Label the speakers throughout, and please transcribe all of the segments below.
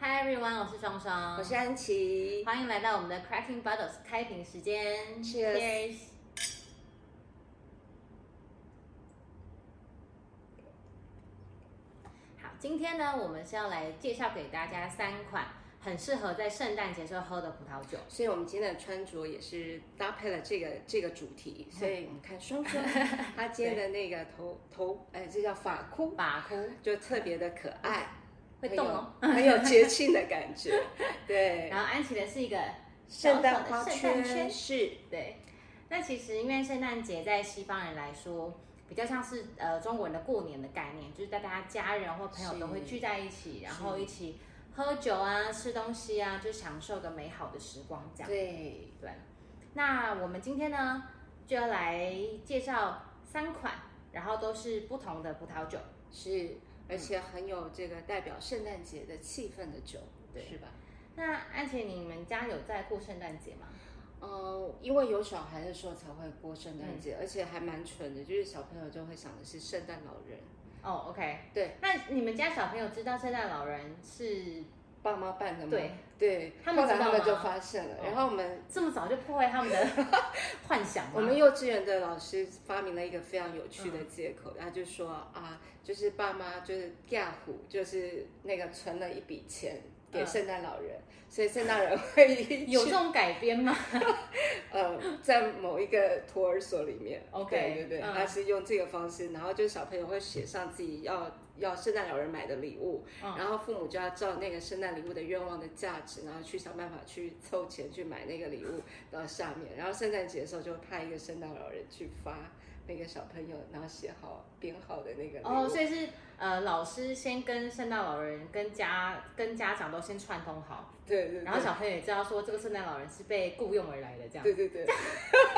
Speaker 1: Hi everyone，我是双双，
Speaker 2: 我是安琪。
Speaker 1: 欢迎来到我们的 Cracking Bottles 开瓶时间
Speaker 2: Cheers
Speaker 1: 好，今天呢，我们是要来介绍给大家三款很适合在圣诞节时候喝的葡萄酒。
Speaker 2: 所以我们今天的穿着也是搭配了这个这个主题，所以你看 双双她今天的那个头头，哎，这叫发箍，嗯
Speaker 1: 法哭
Speaker 2: 就特别的可爱，
Speaker 1: 会动哦，
Speaker 2: 很有很有节庆的感 觉。对，
Speaker 1: 然后安琪的是一个小小
Speaker 2: 圣
Speaker 1: 的
Speaker 2: 诞花
Speaker 1: 圣诞
Speaker 2: 圈是
Speaker 1: 对，那其实因为圣诞节在西方人来说，比较像是呃中国人的过年的概念，就是大家家人或朋友都会
Speaker 2: 是
Speaker 1: 聚在一起，然后
Speaker 2: 是
Speaker 1: 一起喝酒啊、吃东西啊，就享受个美好的时光这样。
Speaker 2: 对，
Speaker 1: 对，那我们今天呢就要来介绍三款，然后都是不同的葡萄酒。
Speaker 2: 是，而且很有这个代表圣诞节的气氛的酒，
Speaker 1: 对
Speaker 2: 是吧？
Speaker 1: 那安琪，你们家有在过圣诞节吗？
Speaker 2: 嗯，因为有小孩的时候才会过圣诞节，而且还蛮蠢的，就是小朋友就会想的是圣诞老人，
Speaker 1: 哦、o k
Speaker 2: 对，
Speaker 1: 那你们家小朋友知道圣诞老人是
Speaker 2: 爸妈办的吗？
Speaker 1: 对
Speaker 2: 对，
Speaker 1: 他们
Speaker 2: 后来
Speaker 1: 知道
Speaker 2: 他们
Speaker 1: 吗哦
Speaker 2: 就发现了，然后我们。
Speaker 1: 这么早就破坏他们的 幻想吗？嗯
Speaker 2: 我们幼稚园的老师发明了一个非常有趣的借口，他就说啊，就是爸妈就是嫁唬，就是那个存了一笔钱给
Speaker 1: 嗯
Speaker 2: 圣诞老人，所以圣诞老人会
Speaker 1: 有这种改编吗？
Speaker 2: 呃，在某一个托儿所里面
Speaker 1: OK，
Speaker 2: 对对对，
Speaker 1: 嗯
Speaker 2: 他是用这个方式，然后就小朋友会写上自己要要圣诞老人买的礼物，
Speaker 1: 嗯
Speaker 2: 然后父母就要照那个圣诞礼物的愿望的价值，然后去想办法去凑钱去买那个礼物到下面，然后圣诞节的时候就派一个圣诞老人去发那个小朋友，然后写好编号的那个礼物。
Speaker 1: 哦，所以是呃，老师先跟圣诞老人、跟家、跟家长都先串通好，
Speaker 2: 对对对，
Speaker 1: 然后小朋友也知道说这个圣诞老人是被雇佣而来的，这样
Speaker 2: 对对 对。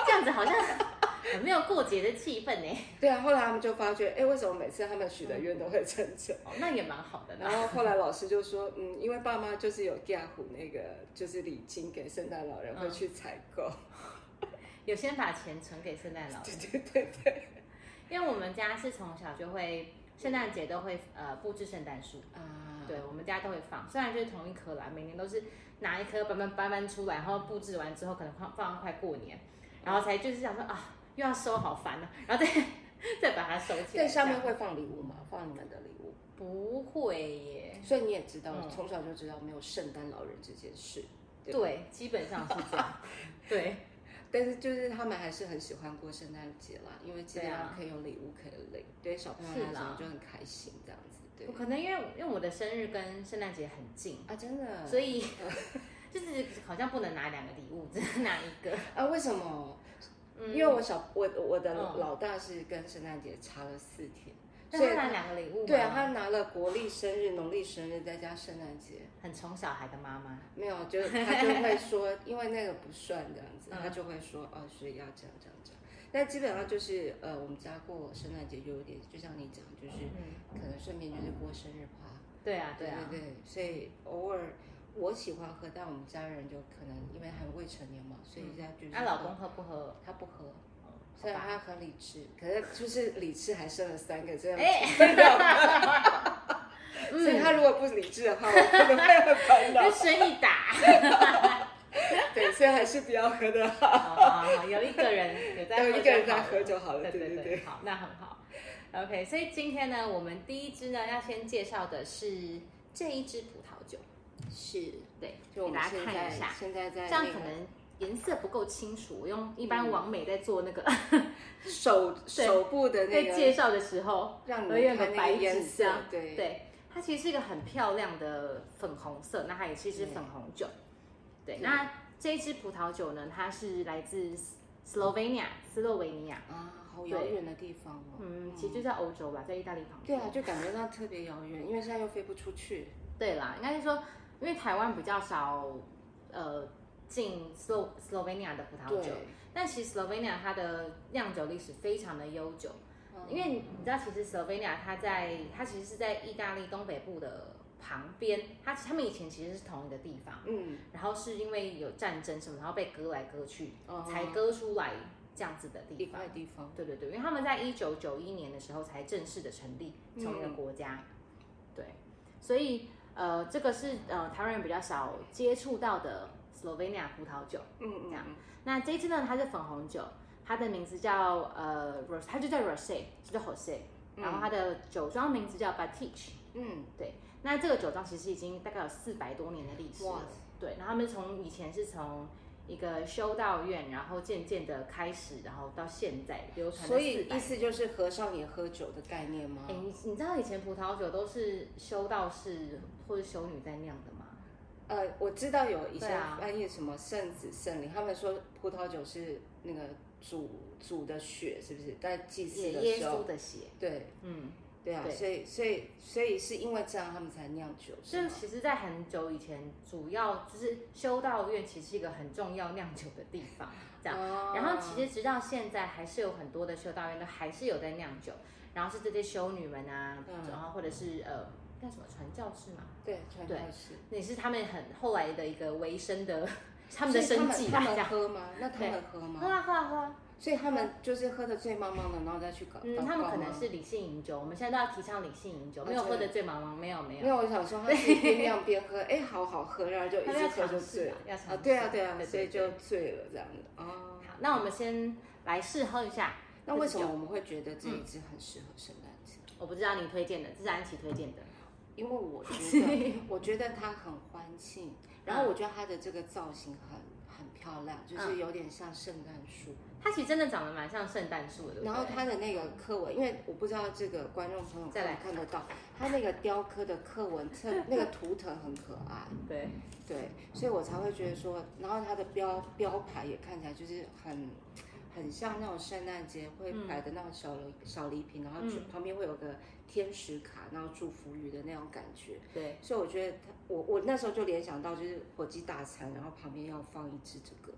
Speaker 1: 这样子好 像很没有过节的气氛呢。
Speaker 2: 对啊，后来他们就发觉，哎，为什么每次他们许的愿都会成真？
Speaker 1: 哦，那也蛮好的
Speaker 2: 然
Speaker 1: 呢。
Speaker 2: 后后来老师就说，嗯，因为爸妈就是有嫁唬那个就是礼金给圣诞老人
Speaker 1: 嗯
Speaker 2: 会去采购，
Speaker 1: 有先把钱存给圣诞老人，
Speaker 2: 对对对对，
Speaker 1: 因为我们家是从小就会圣诞节都会呃布置圣诞树。
Speaker 2: 啊
Speaker 1: 对，我们家都会放，虽然就是同一颗啦，每年都是拿一颗搬搬搬搬出来，然后布置完之后，可能放放到快过年，然后才就是想说啊，又要收，好烦啊，然后再 再把它收起来。
Speaker 2: 在上面
Speaker 1: 这样
Speaker 2: 会放礼物吗？放你们的礼物，
Speaker 1: 不会耶？
Speaker 2: 所以你也知道，
Speaker 1: 嗯
Speaker 2: 从小就知道没有圣诞老人这件事，对
Speaker 1: 对，基本上是这 样。对，
Speaker 2: 但是就是他们还是很喜欢过圣诞节啦，因为基本
Speaker 1: 对
Speaker 2: 上
Speaker 1: 啊
Speaker 2: 可以有礼物可以领，对小朋友
Speaker 1: 是
Speaker 2: 来
Speaker 1: 啦
Speaker 2: 讲就很开心这样子，对
Speaker 1: 我可能因为因为我的生日跟圣诞节很近，
Speaker 2: 啊，真的，
Speaker 1: 所 以就是好像不能拿两个礼物，只能拿一个。
Speaker 2: 啊，为什么？
Speaker 1: 嗯，
Speaker 2: 因为我小我我的
Speaker 1: 嗯
Speaker 2: 老大是跟圣诞节差了四天，
Speaker 1: 那
Speaker 2: 所以
Speaker 1: 他拿两个礼物，
Speaker 2: 对啊，，他拿了国历生日、农历生日，再加圣诞节，
Speaker 1: 很宠小孩的妈妈。
Speaker 2: 没有， 就他就会说，因为那个不算这样子，
Speaker 1: 嗯
Speaker 2: 他就会说哦，所以要这样这样这样。但基本上就是呃，我们家过圣诞节就有点，就像你讲，就是
Speaker 1: 嗯，
Speaker 2: 可能顺便就是过生日趴，
Speaker 1: 对啊，对
Speaker 2: 对
Speaker 1: 啊，
Speaker 2: 对对，所以偶尔我喜欢喝，但我们家人就可能因为还未成年嘛，所以他就是
Speaker 1: 嗯那、老公喝不喝？
Speaker 2: 他不喝，
Speaker 1: 哦
Speaker 2: 虽然他很理智，可是就是理智还剩了三个，这样
Speaker 1: 哎， 嗯
Speaker 2: 所以他如果不理智的话，我可能会很烦恼
Speaker 1: 跟。生意打，
Speaker 2: 对，所以还是不要喝的好，
Speaker 1: 好好好，哦有一个人有在喝就
Speaker 2: 有
Speaker 1: 好了，
Speaker 2: 一个人在喝就好了。
Speaker 1: 对
Speaker 2: 对
Speaker 1: 对
Speaker 2: 对，
Speaker 1: 好，那很好。OK，所以今天呢，我们第一支呢要先介绍的是这一支葡萄酒，
Speaker 2: 是。
Speaker 1: 对，
Speaker 2: 就我
Speaker 1: 给
Speaker 2: 们
Speaker 1: 大家
Speaker 2: 现
Speaker 1: 看一
Speaker 2: 在
Speaker 1: 下，
Speaker 2: 现在
Speaker 1: 这
Speaker 2: 在
Speaker 1: 样
Speaker 2: 那
Speaker 1: 可
Speaker 2: 个
Speaker 1: 能颜色不够清楚，我用一般
Speaker 2: 嗯
Speaker 1: 网美在做那个
Speaker 2: 手手部的那
Speaker 1: 在介
Speaker 2: 个，
Speaker 1: 绍的时候，
Speaker 2: 让你
Speaker 1: 我有
Speaker 2: 们
Speaker 1: 个
Speaker 2: 看那
Speaker 1: 白
Speaker 2: 个
Speaker 1: 纸
Speaker 2: 颜
Speaker 1: 这
Speaker 2: 色
Speaker 1: 样，
Speaker 2: 对
Speaker 1: 对，它其实是一个很漂亮的粉红色，那它也是一支粉红酒。对，
Speaker 2: 对
Speaker 1: 那这一支葡萄酒呢，它是来自 Slovenia 斯洛维尼亚，
Speaker 2: 啊，好遥远的地方哦。
Speaker 1: 嗯，其实就在欧洲吧，在意大利旁
Speaker 2: 对
Speaker 1: 边。
Speaker 2: 啊，就感觉到特别遥远，因为现在又飞不出去。
Speaker 1: 对啦，应该是说，因为台湾比较少，呃，进斯洛斯洛维尼亚的葡萄酒，
Speaker 2: 对，
Speaker 1: 但其实 Slovenia 它的酿酒历史非常的悠久，
Speaker 2: 嗯
Speaker 1: 因为你知道，其实 Slovenia 它在它其实是在意大利东北部的旁边，它他们以前其实是同一个地方，
Speaker 2: 嗯，
Speaker 1: 然后是因为有战争什么，然后被割来割去，
Speaker 2: 哦
Speaker 1: 才割出来这样子的地
Speaker 2: 一
Speaker 1: 方。
Speaker 2: 块地方，
Speaker 1: 对对对，因为他们在一九
Speaker 2: 嗯
Speaker 1: 九一年的时候才正式的成立，成为一个国家。对，所以呃，这个是呃台湾人比较少接触到的 Slovenia 葡萄酒。
Speaker 2: 嗯嗯嗯，
Speaker 1: 那这一支呢，它是粉红酒，它的名字叫呃 Ros，它就叫 Rosé，就叫 Jose，
Speaker 2: 嗯
Speaker 1: 然后它的酒庄名字叫 Batich。
Speaker 2: 嗯
Speaker 1: 那这个酒庄其实已经大概有四百多年的历史
Speaker 2: 哇
Speaker 1: 了，对。然后他们从以前是从一个修道院，然后渐渐的开始，然后到现在流传
Speaker 2: 所
Speaker 1: 了四
Speaker 2: 以
Speaker 1: 百
Speaker 2: 意。思就是和尚也喝酒的概念吗
Speaker 1: 哎，？你你知道以前葡萄酒都是修道士或者修女在酿的吗？
Speaker 2: 呃，我知道有以
Speaker 1: 对
Speaker 2: 前
Speaker 1: 啊
Speaker 2: 翻译什么圣子圣灵，他们说葡萄酒是那个煮煮的血，是不是？在祭祀
Speaker 1: 也
Speaker 2: 的
Speaker 1: 耶
Speaker 2: 时候，
Speaker 1: 稣的血，
Speaker 2: 对
Speaker 1: 嗯，
Speaker 2: 对啊，
Speaker 1: 对
Speaker 2: 所以所以所以是因为这样他们才酿酒，是
Speaker 1: 这
Speaker 2: 吗？
Speaker 1: 其实，在很久以前，主要就是修道院其实是一个很重要酿酒的地方，这样。
Speaker 2: 哦
Speaker 1: 然后其实直到现在，还是有很多的修道院都还是有在酿酒，然后是这些修女们啊，
Speaker 2: 嗯
Speaker 1: 然后或者是呃叫什么传教士嘛，
Speaker 2: 哦对传教士，
Speaker 1: 也是他们很后来的一个维生的 他们的
Speaker 2: 所以
Speaker 1: 生计
Speaker 2: 他
Speaker 1: 吧，
Speaker 2: 们
Speaker 1: 这样。
Speaker 2: 他们喝吗？那他们喝
Speaker 1: 喝
Speaker 2: 吗？
Speaker 1: 啊喝啊喝啊！
Speaker 2: 所以他们就是喝的醉茫茫的，然后再去搞。
Speaker 1: 嗯，
Speaker 2: 祷
Speaker 1: 他们
Speaker 2: 告
Speaker 1: 可能
Speaker 2: 吗
Speaker 1: 是理性饮酒，我们现在都要提倡理性饮酒，
Speaker 2: 哦
Speaker 1: 没有喝
Speaker 2: 对
Speaker 1: 得醉茫茫，没有没有
Speaker 2: 没，有，我想说他是边酿边喝，哎，好好喝，然后就 一
Speaker 1: 他们要
Speaker 2: 直喝
Speaker 1: 尝
Speaker 2: 就
Speaker 1: 试
Speaker 2: 醉
Speaker 1: 啊
Speaker 2: 了。，
Speaker 1: 要
Speaker 2: 啊
Speaker 1: 尝，试。
Speaker 2: 对啊，对啊，
Speaker 1: 对
Speaker 2: 所以
Speaker 1: 对
Speaker 2: 就醉了这样子。哦，
Speaker 1: 好，那我们先来试喝一下。
Speaker 2: 那为什么我们会觉得
Speaker 1: 嗯
Speaker 2: 这一支很适合圣诞节？
Speaker 1: 我不知道你推荐的，这是安琪推荐的。
Speaker 2: 因 为我觉得，我觉得它很欢庆，
Speaker 1: 嗯
Speaker 2: 然后我觉得它的这个造型很很漂亮，
Speaker 1: 嗯
Speaker 2: 就是有点像圣诞树。
Speaker 1: 它其实真的长得蛮像圣诞树的，对不对
Speaker 2: 然后它的那个刻纹，因为我不知道这个观众朋友
Speaker 1: 再
Speaker 2: 看
Speaker 1: 来
Speaker 2: 不看得到，它那个雕刻的刻纹，特 那个图腾很可爱，
Speaker 1: 对，
Speaker 2: 对，所以我才会觉得说，然后它的标标牌也看起来就是很。很像那种圣诞节会
Speaker 1: 嗯
Speaker 2: 摆的那种小礼、小礼品，然后就旁边会有个天使卡，然后祝福语的那种感觉。
Speaker 1: 对，
Speaker 2: 所以我觉得他，我我那时候就联想到就是火鸡大餐，然后旁边要放一只这个，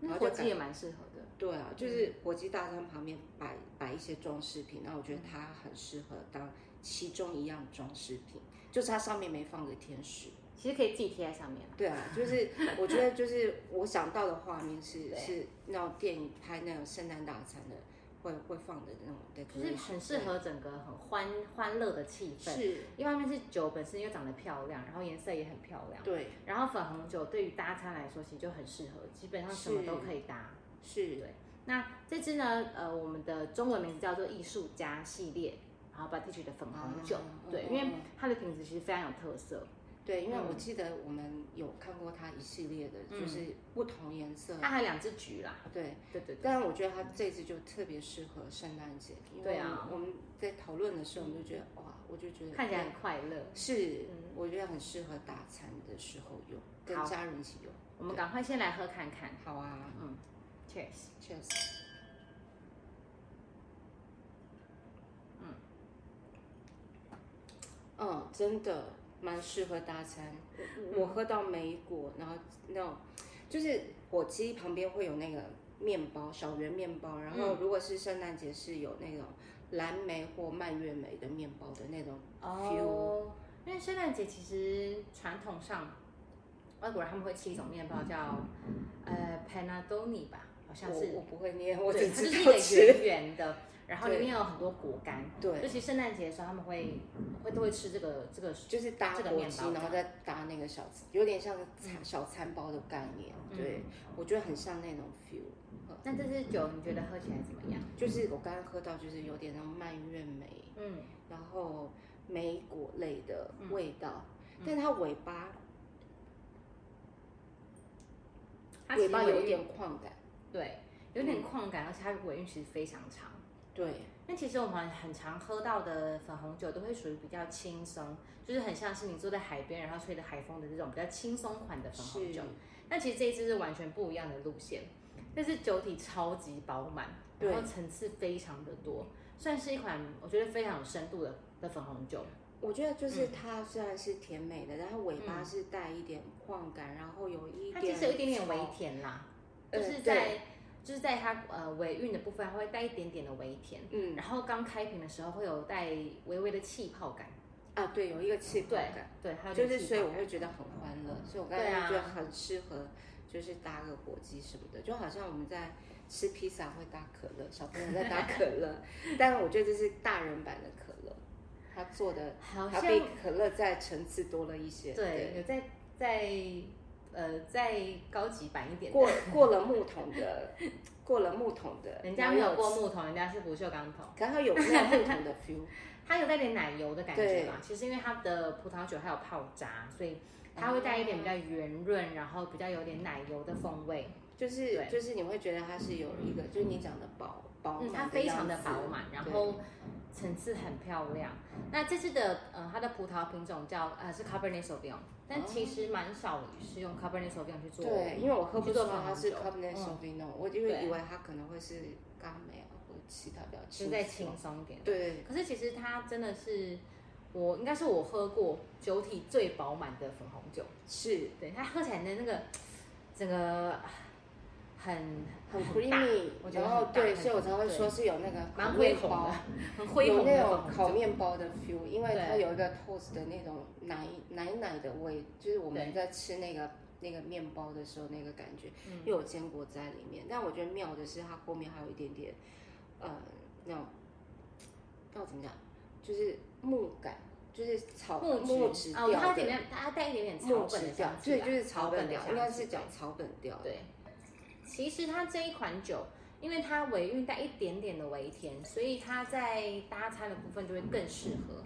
Speaker 2: 然
Speaker 1: 那
Speaker 2: 后
Speaker 1: 火
Speaker 2: 就感
Speaker 1: 鸡也蛮适合的。嗯
Speaker 2: 对啊，就是火鸡大餐旁边摆摆一些装饰品，然后我
Speaker 1: 嗯
Speaker 2: 觉得它很适合当其中一样装饰品，就是它上面没放个天使。
Speaker 1: 其实可以自己贴在上面啊
Speaker 2: 对啊，就是我觉得就是我想到的画面是
Speaker 1: 对
Speaker 2: 是那种电影拍那种圣诞大餐的会会放的那种 d e
Speaker 1: 就是很适合整个很欢欢乐的气氛。
Speaker 2: 是，
Speaker 1: 一方面是酒本身又长得漂亮，然后颜色也很漂亮，
Speaker 2: 对
Speaker 1: 然后粉红酒对于搭餐来说其实就很适合，基本上什么
Speaker 2: 是
Speaker 1: 都可以搭。
Speaker 2: 是
Speaker 1: 那这支呢，呃，我们的中文名字叫做艺术家系列，然后把提取的粉红酒，
Speaker 2: 啊
Speaker 1: 对，
Speaker 2: 嗯
Speaker 1: 因
Speaker 2: 嗯
Speaker 1: 为
Speaker 2: 嗯
Speaker 1: 它的品质其实非常有特色。
Speaker 2: 对，因为
Speaker 1: 嗯
Speaker 2: 我记得我们有看过它一系列的，
Speaker 1: 嗯
Speaker 2: 就是不同颜色。
Speaker 1: 它还有两只橘啦，
Speaker 2: 对，
Speaker 1: 对对对，
Speaker 2: 但我觉得它这次就特别适合圣诞节，因
Speaker 1: 对
Speaker 2: 为
Speaker 1: 啊
Speaker 2: 我们在讨论的时候，我们就觉得哇，我就觉得
Speaker 1: 看起来很快乐。
Speaker 2: 是
Speaker 1: 嗯，
Speaker 2: 我觉得很适合打餐的时候用，
Speaker 1: 好
Speaker 2: 跟家人一起用。
Speaker 1: 我们赶快先来喝看看
Speaker 2: 好啊
Speaker 1: ，Cheers。
Speaker 2: ，Cheers。嗯，嗯，真的蛮适合搭餐。
Speaker 1: 嗯
Speaker 2: 我我喝到梅果，然后那种就是火鸡旁边会有那个面包，小圆面包，然
Speaker 1: 嗯
Speaker 2: 后如果是圣诞节是有那种蓝莓或蔓越莓的面包的那种 feel，、
Speaker 1: 哦，因为圣诞节其实传统上，外国人他们会吃一种面包叫呃 panadoni 吧，好像
Speaker 2: 我
Speaker 1: 是，
Speaker 2: 我不会念，我
Speaker 1: 对，它
Speaker 2: 只
Speaker 1: 就是
Speaker 2: 知
Speaker 1: 一
Speaker 2: 道
Speaker 1: 个
Speaker 2: 吃。
Speaker 1: 圆圆的，然后里
Speaker 2: 对
Speaker 1: 面有很多果干。尤
Speaker 2: 对，
Speaker 1: 其圣诞节的时候，他们会会都会吃这个这个
Speaker 2: 就是搭
Speaker 1: 这个
Speaker 2: 火
Speaker 1: 面
Speaker 2: 鸡
Speaker 1: 包，嗯
Speaker 2: 然后再搭那个小，有点像餐小餐包的概念。对，我觉得很像那种 feel。
Speaker 1: 那这支酒你觉得喝起来怎么样？
Speaker 2: 就是我刚刚喝到，就是有点那种蔓越莓，
Speaker 1: 嗯，
Speaker 2: 然后莓果类的味道，
Speaker 1: 嗯
Speaker 2: 但它尾巴
Speaker 1: 它其
Speaker 2: 尾
Speaker 1: 实
Speaker 2: 巴有
Speaker 1: 韵
Speaker 2: 一点矿感，
Speaker 1: 对，有点旷感，而且它尾韵其实非常长。
Speaker 2: 对，
Speaker 1: 那其实我们很常喝到的粉红酒都会属于比较轻松，就是很像是你坐在海边，然后吹着海风的这种比较轻松款的粉红
Speaker 2: 是
Speaker 1: 酒。那其实这一支是完全不一样的路线，但是酒体超级饱满，
Speaker 2: 对
Speaker 1: 然后层次非常的多，算是一款我觉得非常有深度的的粉红酒。
Speaker 2: 我觉得就是
Speaker 1: 嗯
Speaker 2: 它虽然是甜美的，但它尾巴是带一点矿感，然后有一点
Speaker 1: 它其实有一点点微
Speaker 2: 草
Speaker 1: 甜啦，就
Speaker 2: 呃
Speaker 1: 是
Speaker 2: 对
Speaker 1: 在、就是在它呃尾韵的部分，它会带一点点的微甜。
Speaker 2: 嗯
Speaker 1: 然后刚开瓶的时候会有带微微的气泡感，
Speaker 2: 啊，对，有一个气泡
Speaker 1: 对
Speaker 2: 感，
Speaker 1: 对，还有
Speaker 2: 就
Speaker 1: 点
Speaker 2: 是
Speaker 1: 气
Speaker 2: 所以
Speaker 1: 泡
Speaker 2: 我
Speaker 1: 感
Speaker 2: 会觉得很欢乐，所以我刚
Speaker 1: 对
Speaker 2: 才
Speaker 1: 啊
Speaker 2: 就觉得很适合，就是搭个火鸡什么的，就好像我们在吃 披萨会搭可乐，小朋友在搭可乐，但我觉得这是大人版的可乐，他做的，
Speaker 1: 好
Speaker 2: 他
Speaker 1: 像
Speaker 2: 比可乐在层次多了一些。
Speaker 1: 对，有在在呃再高级版一点的，
Speaker 2: 过过了木桶的，过了木桶的，
Speaker 1: 人家没有过木桶，人家是不锈钢桶，
Speaker 2: 然后有，刚好有那木桶的 feel。
Speaker 1: 它有带点奶油的感觉
Speaker 2: 对
Speaker 1: 嘛。其实因为它的葡萄酒还有泡渣，所以它会带一点比较圆
Speaker 2: 嗯
Speaker 1: 润，然后比较有点奶油的风味。
Speaker 2: 就是
Speaker 1: 对
Speaker 2: 就是你会觉得它是有一个，就是你讲的饱饱满
Speaker 1: 嗯，
Speaker 2: 的
Speaker 1: 它非常的
Speaker 2: 哦样子
Speaker 1: 饱满，然
Speaker 2: 对
Speaker 1: 后层次很漂亮。那这次的呃，它的葡萄品种叫呃是 Cabernet Sauvignon，但其实蛮少是用 Cabernet Sauvignon 去做。
Speaker 2: 哦对，因为我喝不
Speaker 1: 去做
Speaker 2: 出来
Speaker 1: 防
Speaker 2: 它是
Speaker 1: 酒
Speaker 2: Cabernet
Speaker 1: 嗯
Speaker 2: Sauvignon，、我因为
Speaker 1: 对
Speaker 2: 以为它可能会是刚梅啊或者其他比较
Speaker 1: 就是
Speaker 2: 轻
Speaker 1: 再
Speaker 2: 松
Speaker 1: 轻松一点。
Speaker 2: 对，
Speaker 1: 可是其实它真的是我应该是我喝过酒体最饱满的粉红酒，
Speaker 2: 是
Speaker 1: 对它喝起来的那个整个很
Speaker 2: 很
Speaker 1: 大
Speaker 2: creamy，
Speaker 1: 我觉得
Speaker 2: 然后
Speaker 1: 很大
Speaker 2: 对，
Speaker 1: 很
Speaker 2: 所以我
Speaker 1: 大
Speaker 2: 才会
Speaker 1: 对
Speaker 2: 说是有那个
Speaker 1: 蛮
Speaker 2: 烤
Speaker 1: 恢
Speaker 2: 面
Speaker 1: 宏
Speaker 2: 包
Speaker 1: 的，，很恢
Speaker 2: 有
Speaker 1: 宏的
Speaker 2: 那
Speaker 1: 粉
Speaker 2: 种
Speaker 1: 红
Speaker 2: 烤
Speaker 1: 酒。
Speaker 2: 面包的 feel，因为它
Speaker 1: 对
Speaker 2: 有一个 toast 的那种奶奶奶的味，就是我们
Speaker 1: 对
Speaker 2: 在吃那个那个面包的时候那个感觉，
Speaker 1: 嗯
Speaker 2: 又有坚果在里面。但我觉得妙的是它后面还有一点点，呃，那种要怎么讲，就是木感，就是草
Speaker 1: 木
Speaker 2: 质
Speaker 1: 质
Speaker 2: 调
Speaker 1: 哦，它有点
Speaker 2: 的。
Speaker 1: 点，它带一点点
Speaker 2: 木
Speaker 1: 草本
Speaker 2: 质
Speaker 1: 的
Speaker 2: 调
Speaker 1: 香，气
Speaker 2: 对，
Speaker 1: 啦，
Speaker 2: 就是草本
Speaker 1: 的
Speaker 2: 调
Speaker 1: 香，气，
Speaker 2: 应该是讲草本调的，
Speaker 1: 对，其实它这一款酒，因为它尾韵带一点点的微甜，所以它在搭餐的部分就会更适合。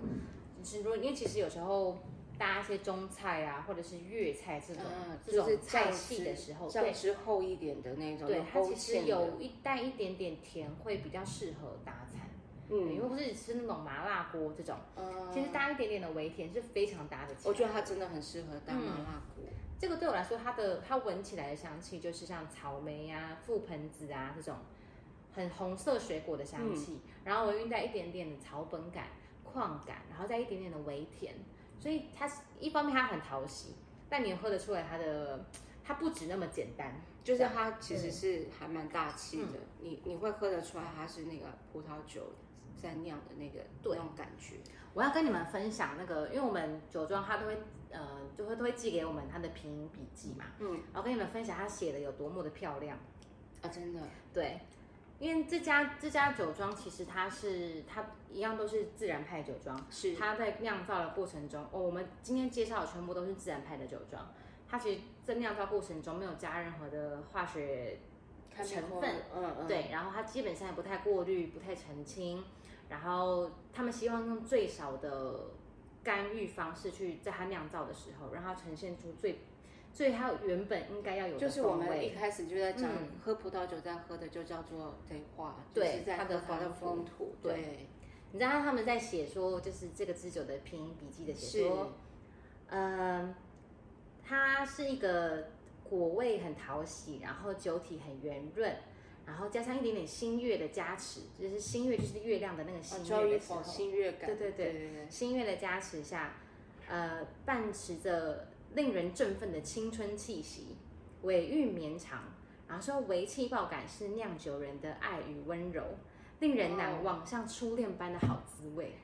Speaker 1: 就是如果因为其实有时候搭一些中菜啊，或者是粤菜这种、呃
Speaker 2: 啊，
Speaker 1: 这
Speaker 2: 就是
Speaker 1: 种嗯菜
Speaker 2: 酱
Speaker 1: 系的时
Speaker 2: 汁
Speaker 1: 候，
Speaker 2: 酱
Speaker 1: 对
Speaker 2: 汁厚一点的那种，
Speaker 1: 对，它其
Speaker 2: 勾
Speaker 1: 实
Speaker 2: 芡的
Speaker 1: 有一带一点点甜，会比较适合搭餐。嗯，
Speaker 2: 嗯，
Speaker 1: 因为或是吃那种麻辣锅这种，
Speaker 2: 呃
Speaker 1: 其实搭一点点的微甜是非常搭的。
Speaker 2: 我觉得它真的很适合当麻辣锅。
Speaker 1: 这个对我来说，它的它闻起来的香气就是像草莓啊、覆盆子啊这种很红色水果的香气，然后我晕带一点点的草本感、矿感，然后再一点点的微甜，所以它是一方面它很讨喜，但你也喝得出来它的它不止那么简单，
Speaker 2: 就是它其实是还蛮大气的，你你会喝得出来它是那个葡萄酒在酿的那个
Speaker 1: 对
Speaker 2: 那种感觉。
Speaker 1: 我要跟你们分享那个，因为我们酒庄他都会呃，就会都会寄给我们他的品饮笔记嘛，
Speaker 2: 嗯，
Speaker 1: 然后跟你们分享他写的有多么的漂亮。
Speaker 2: 啊，真的，
Speaker 1: 对，因为这家这家酒庄其实它是它一样都是自然派酒庄，
Speaker 2: 是
Speaker 1: 它在酿造的过程中，哦，我们今天介绍的全部都是自然派的酒庄，它其实在酿造过程中没有加任何的化学
Speaker 2: 看
Speaker 1: 成
Speaker 2: 不透
Speaker 1: 分，
Speaker 2: 嗯嗯，，
Speaker 1: 对，然后它基本上也不太过滤、不太澄清，然后他们希望用最少的干预方式去在它酿造的时候，让它呈现出最最它原本应该要有的
Speaker 2: 就是我
Speaker 1: 风
Speaker 2: 们
Speaker 1: 味
Speaker 2: 一开始就在讲、
Speaker 1: 嗯
Speaker 2: 喝葡萄酒在喝的就叫做得化，
Speaker 1: 对
Speaker 2: 就是在
Speaker 1: 它
Speaker 2: 喝
Speaker 1: 的
Speaker 2: 嗯它的
Speaker 1: 风
Speaker 2: 风土，
Speaker 1: 对
Speaker 2: 对，
Speaker 1: 你知道他们在写说，就是这个支酒的拼音笔记的写说，嗯，它是一个果味很讨喜，然后酒体很圆润，然后加上一点点星月的加持，就是星月就是月亮的那个
Speaker 2: 啊
Speaker 1: 星，
Speaker 2: 教
Speaker 1: 月
Speaker 2: 育
Speaker 1: 的时
Speaker 2: 否
Speaker 1: 候，
Speaker 2: 新月感，
Speaker 1: 对对对
Speaker 2: 对对，
Speaker 1: 星月的加持下，呃，伴持着令人振奋的青春气息，尾韵绵长，然后说微气爆感是酿酒人的爱与温柔，令人难忘，像初恋般的好滋味。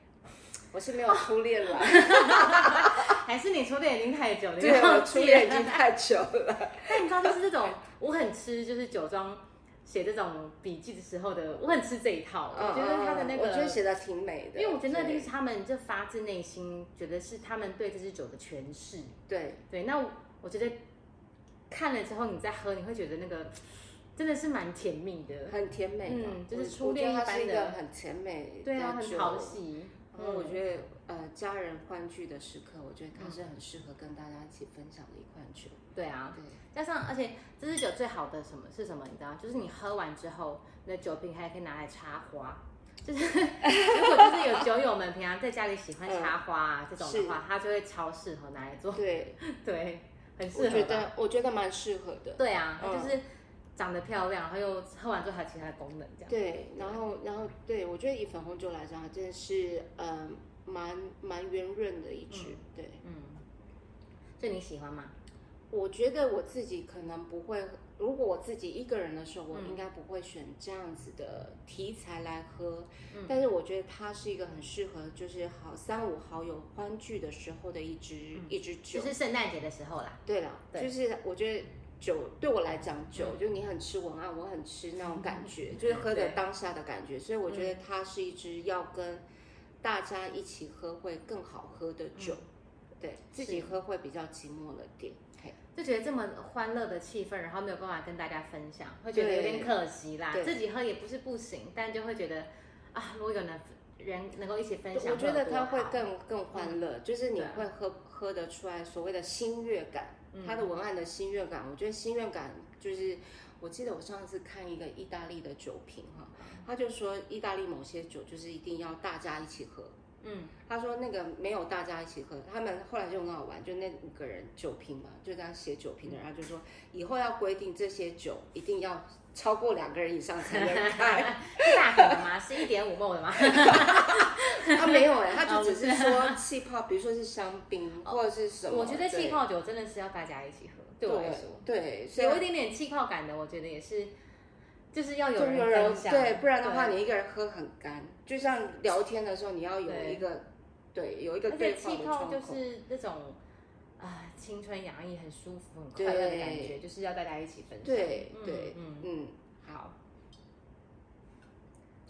Speaker 2: 我是没有初恋 了，
Speaker 1: 还是你初恋已经太久了，
Speaker 2: 对
Speaker 1: 你忘
Speaker 2: 我
Speaker 1: 记
Speaker 2: 初恋已
Speaker 1: 了
Speaker 2: 经太久了，
Speaker 1: 但你知道，就是这种，我很吃，就是酒庄写这种笔记的时候的，我很吃这一套。我觉得他的那
Speaker 2: 嗯我觉得
Speaker 1: 个，
Speaker 2: 写的挺美的，
Speaker 1: 因为我觉得那
Speaker 2: 对
Speaker 1: 就是他们就发自内心觉得是他们对这支酒的诠释。
Speaker 2: 对，
Speaker 1: 对，那我我觉得看了之后你再喝，你会觉得那个真的是蛮甜蜜的。
Speaker 2: 很甜美嘛，
Speaker 1: 嗯就是
Speaker 2: 我
Speaker 1: 初恋
Speaker 2: 我
Speaker 1: 一般
Speaker 2: 觉得它是一
Speaker 1: 的
Speaker 2: 个很甜美的
Speaker 1: 对啊，很
Speaker 2: 酒
Speaker 1: 讨。喜。
Speaker 2: 然后我
Speaker 1: 嗯
Speaker 2: 觉得，呃，家人欢聚的时刻，我觉得它是很适合跟大家一起分享的一款酒。
Speaker 1: 对啊，
Speaker 2: 对，
Speaker 1: 加上，而且这支酒最好的什么是什么？你知道，就是你喝完之后，你的酒瓶还可以拿来插花。 就是如果就是有酒友们平常在家里喜欢插花啊、这种的话，它就会超适合拿来做，
Speaker 2: 对，
Speaker 1: 对，很适
Speaker 2: 我觉
Speaker 1: 合吧。
Speaker 2: 得我觉得蛮适合的。
Speaker 1: 对啊，它
Speaker 2: 嗯
Speaker 1: 就是长得漂亮，然后又喝完之后还有其他的功能，这样。
Speaker 2: 对，然后然后对我觉得以粉红酒来讲，它真的是呃蛮蛮圆润的一支。对，
Speaker 1: 嗯，所以你喜欢吗？
Speaker 2: 我觉得我自己可能不会，如果我自己一个人的时候，我
Speaker 1: 嗯
Speaker 2: 应该不会选这样子的题材来喝。
Speaker 1: 嗯
Speaker 2: 但是我觉得它是一个很适合，就是好三五好友欢聚的时候的一支、一支酒
Speaker 1: 就。是圣诞节的时候啦。
Speaker 2: 对了，
Speaker 1: 嗯对嗯
Speaker 2: 就是我觉得。酒对我来讲，酒、就你很吃文案，我很吃那种感觉，就是喝的
Speaker 1: 对嗯
Speaker 2: 当下的感觉，所以我觉得它是一支要跟大家一起喝会更好喝
Speaker 1: 嗯
Speaker 2: 的酒，对自己喝会比较寂寞了点。嘿，
Speaker 1: 就觉得这么欢乐的气氛，然后没有办法跟大家分享，会觉得有点可惜啦。
Speaker 2: 对
Speaker 1: 自己喝也不是不行，但就会觉得啊，如果有人人能够一起分享，
Speaker 2: 我觉得
Speaker 1: 他
Speaker 2: 它会更更欢乐，就是
Speaker 1: 嗯
Speaker 2: 你
Speaker 1: 对嗯
Speaker 2: 会喝喝得出来所谓的新月感，它的文案的新月感，我觉得新月感就是。我记得我上次看一个意大利的酒瓶哈，他就说意大利某些酒就是一定要大家一起喝，
Speaker 1: 嗯，
Speaker 2: 他说那个没有大家一起喝，他们后来就很好玩，就那五个人酒瓶嘛，就这样写酒瓶的人，他就说以后要规定这些酒一定要超过两个人以上才能开。
Speaker 1: 是大瓶的吗？ 是一点五梦的吗？
Speaker 2: 他没有哎、他就只是
Speaker 1: 哦
Speaker 2: 说气泡，比如说是香槟或者是什么。
Speaker 1: 我觉得
Speaker 2: 对
Speaker 1: 气泡酒真的是要大家一起喝，对
Speaker 2: 对
Speaker 1: 我来说，
Speaker 2: 对，所以
Speaker 1: 有一点点气泡感的，我觉得也是，就是要有
Speaker 2: 就有人
Speaker 1: 分享，
Speaker 2: 对，不然的话
Speaker 1: 对
Speaker 2: 你一个人喝很干，就像聊天的时候你要有
Speaker 1: 对
Speaker 2: 一个对有一个
Speaker 1: 而且
Speaker 2: 对话的
Speaker 1: 气泡
Speaker 2: 窗
Speaker 1: 就
Speaker 2: 口。
Speaker 1: 是那种啊、青春洋溢、很舒服、很快乐的感觉，就是要大家一起分享。
Speaker 2: 对
Speaker 1: 嗯
Speaker 2: 对，
Speaker 1: 嗯，
Speaker 2: 嗯，好，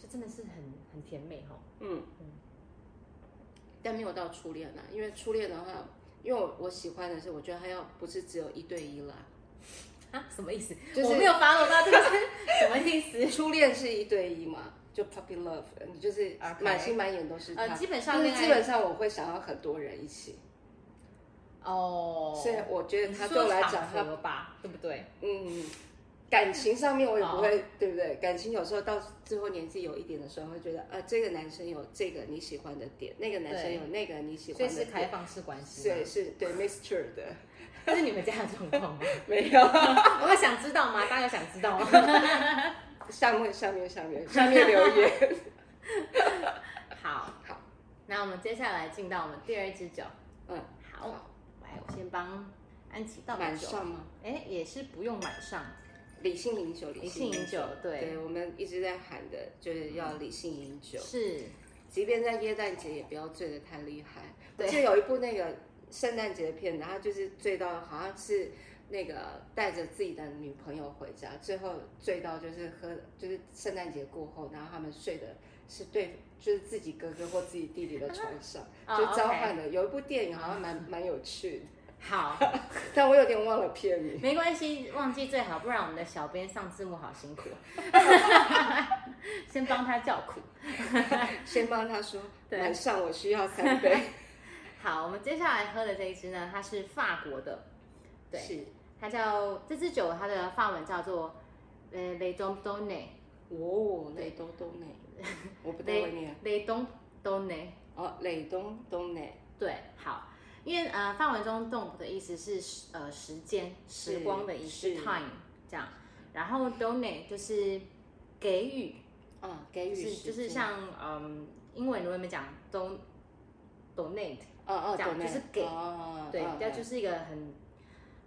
Speaker 1: 就真的是很很甜美哈。
Speaker 2: 嗯，但没有到初恋啦，因为初恋的话，因为我我喜欢的是，我觉得他要不是只有一对一啦，
Speaker 1: 啊，什么意思？
Speaker 2: 就是
Speaker 1: 我没有 follow 到这个 是什么意思？
Speaker 2: 初恋是一对一嘛，就 puppy love，你就是
Speaker 1: 啊 OK
Speaker 2: 满心满眼都是他。
Speaker 1: 呃，基本上
Speaker 2: 就
Speaker 1: 恋
Speaker 2: 是基
Speaker 1: 爱
Speaker 2: 本上我会想要很多人一起，
Speaker 1: 哦，
Speaker 2: 所以我觉得
Speaker 1: 你
Speaker 2: 他
Speaker 1: 是
Speaker 2: 对
Speaker 1: 说
Speaker 2: 我来
Speaker 1: 场
Speaker 2: 讲，他
Speaker 1: 合吧，对不对？
Speaker 2: 嗯，感情上面我也不会，
Speaker 1: 哦
Speaker 2: 对不对？感情有时候到最后年纪有一点的时候，会觉得啊、这个男生有这个你喜欢的点，那个男生
Speaker 1: 对
Speaker 2: 有那个你喜
Speaker 1: 所以
Speaker 2: 欢的
Speaker 1: 是开
Speaker 2: 点，
Speaker 1: 放式关系吗
Speaker 2: 对，，是对 mixture 的，
Speaker 1: 这是你们家的状况吗？
Speaker 2: 没有。
Speaker 1: 我有想知道吗？大家有想知道吗？
Speaker 2: 上面上面上面上面留 言。
Speaker 1: 好，
Speaker 2: 好，
Speaker 1: 那我们接下来进到我们第二支酒。
Speaker 2: 嗯，
Speaker 1: 好，来，我先帮安琪倒
Speaker 2: 晚
Speaker 1: 酒。
Speaker 2: 上吗？
Speaker 1: 哎，也是不用晚上，
Speaker 2: 理性饮酒，
Speaker 1: 理性
Speaker 2: 性
Speaker 1: 饮
Speaker 2: 饮
Speaker 1: 酒，对，
Speaker 2: 对，我们一直在喊的就是要理性饮酒，
Speaker 1: 是，
Speaker 2: 即便在耶诞节也不要醉得太厉害。我
Speaker 1: 对
Speaker 2: 记得有一部那个圣诞节的片子，他就是醉到好像是那个带着自己的女朋友回家，最后醉到就是喝，就是圣诞节过后，然后他们睡的是对，就是自己哥哥或自己弟弟的床 上，
Speaker 1: 啊
Speaker 2: 就
Speaker 1: 哦
Speaker 2: 交
Speaker 1: OK
Speaker 2: 换的。有一部电影好像 蛮蛮有趣的。
Speaker 1: 好，
Speaker 2: 但我有点忘了片 名。
Speaker 1: 没关系，忘记最好，不然我们的小编上字幕好辛苦，先帮他叫苦。
Speaker 2: 先帮他说，
Speaker 1: 对
Speaker 2: 晚上我需要三杯。
Speaker 1: 好，我们接下来喝的这一支呢，它是法国的， 对
Speaker 2: 是
Speaker 1: 它叫这支酒，它的法文叫做呃 Le d o m d o n n
Speaker 2: 哦，雷东东 呢？我不太会
Speaker 1: e
Speaker 2: 念
Speaker 1: Le Le d o m d o n n
Speaker 2: 哦，雷东东呢？
Speaker 1: 对，好，因为呃，范文中 “dom” 的意思是时呃时间、时
Speaker 2: 是
Speaker 1: 光的意思
Speaker 2: 是
Speaker 1: ，time 这样。然后 “donate” 就是给予，
Speaker 2: 啊，给
Speaker 1: 就
Speaker 2: 予
Speaker 1: 是
Speaker 2: 时
Speaker 1: 就是
Speaker 2: 间
Speaker 1: 像嗯，英文里面讲 “don donate”，
Speaker 2: 哦哦，
Speaker 1: 讲
Speaker 2: 懂了
Speaker 1: 就是给
Speaker 2: 哦
Speaker 1: 对，
Speaker 2: 哦
Speaker 1: 这就是一个很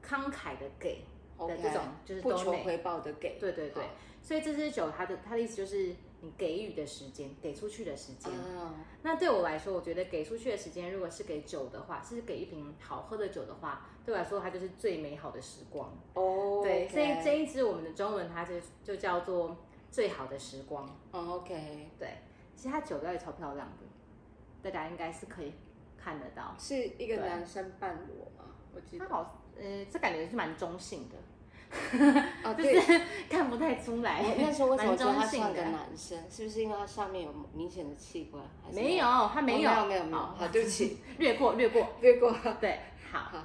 Speaker 1: 慷慨的给
Speaker 2: 哦
Speaker 1: 的
Speaker 2: OK，
Speaker 1: 这种，就是
Speaker 2: 不求
Speaker 1: donate。
Speaker 2: 回报的给。
Speaker 1: 对对对
Speaker 2: 好，
Speaker 1: 所以这支酒它的它的意思就是你给予的时间，给出去的时间。
Speaker 2: 啊，
Speaker 1: 那对我来说，我觉得给出去的时间，如果是给酒的话，是给一瓶好喝的酒的话，对我来说，它就是最美好的时光。
Speaker 2: 哦，
Speaker 1: 对，所以这
Speaker 2: OK
Speaker 1: 一支我们的中文它就就叫做最好的时光。
Speaker 2: 哦 OK
Speaker 1: 对，其实它酒标也超漂亮的，大家应该是可以看得到。
Speaker 2: 是一
Speaker 1: 对
Speaker 2: 个男生半裸嘛？我记
Speaker 1: 它
Speaker 2: 得
Speaker 1: 好，呃，这感觉是蛮中性 的，
Speaker 2: 啊，
Speaker 1: 就
Speaker 2: 对。
Speaker 1: 是看不太出来
Speaker 2: 我。那时候为什么
Speaker 1: 蛮
Speaker 2: 知道
Speaker 1: 中
Speaker 2: 他
Speaker 1: 性
Speaker 2: 像个
Speaker 1: 的
Speaker 2: 男生？是不是因为他上面有明显的器官？还是
Speaker 1: 没有，它
Speaker 2: 哦
Speaker 1: 没有，
Speaker 2: 没有，没有，没有。
Speaker 1: 哦
Speaker 2: 好，对不 起，
Speaker 1: 略过，略 过。
Speaker 2: 略过。
Speaker 1: 对，好，
Speaker 2: 好，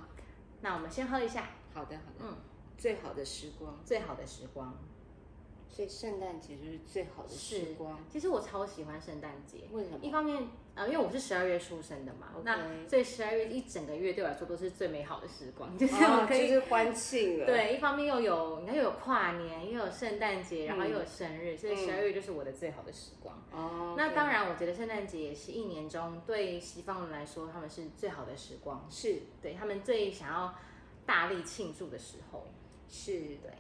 Speaker 1: 那我们先喝一下
Speaker 2: 好的，好的，
Speaker 1: 嗯
Speaker 2: 最好的时光，
Speaker 1: 最好的时光。
Speaker 2: 所以圣诞节就是最好的时光。
Speaker 1: 其实我超喜欢圣诞节，
Speaker 2: 为什么？哦
Speaker 1: 一方面，呃，因为我是十二月出生的嘛
Speaker 2: OK
Speaker 1: 那所以十二月一整个月对我来说都是最美好的时光， 就是
Speaker 2: 啊
Speaker 1: 我可
Speaker 2: 就
Speaker 1: 以、
Speaker 2: 是欢庆了。，
Speaker 1: 对，一方面又有你看又有跨年，又有圣诞节，然后
Speaker 2: 嗯
Speaker 1: 又有生日，所以十二月就是我的最好的时光。
Speaker 2: 哦，
Speaker 1: 那
Speaker 2: 对
Speaker 1: 当然，我觉得圣诞节也是一年中对西方人来说，他们是最好的时光，
Speaker 2: 是
Speaker 1: 对他们最想要大力庆祝的时候。
Speaker 2: 是。
Speaker 1: 对，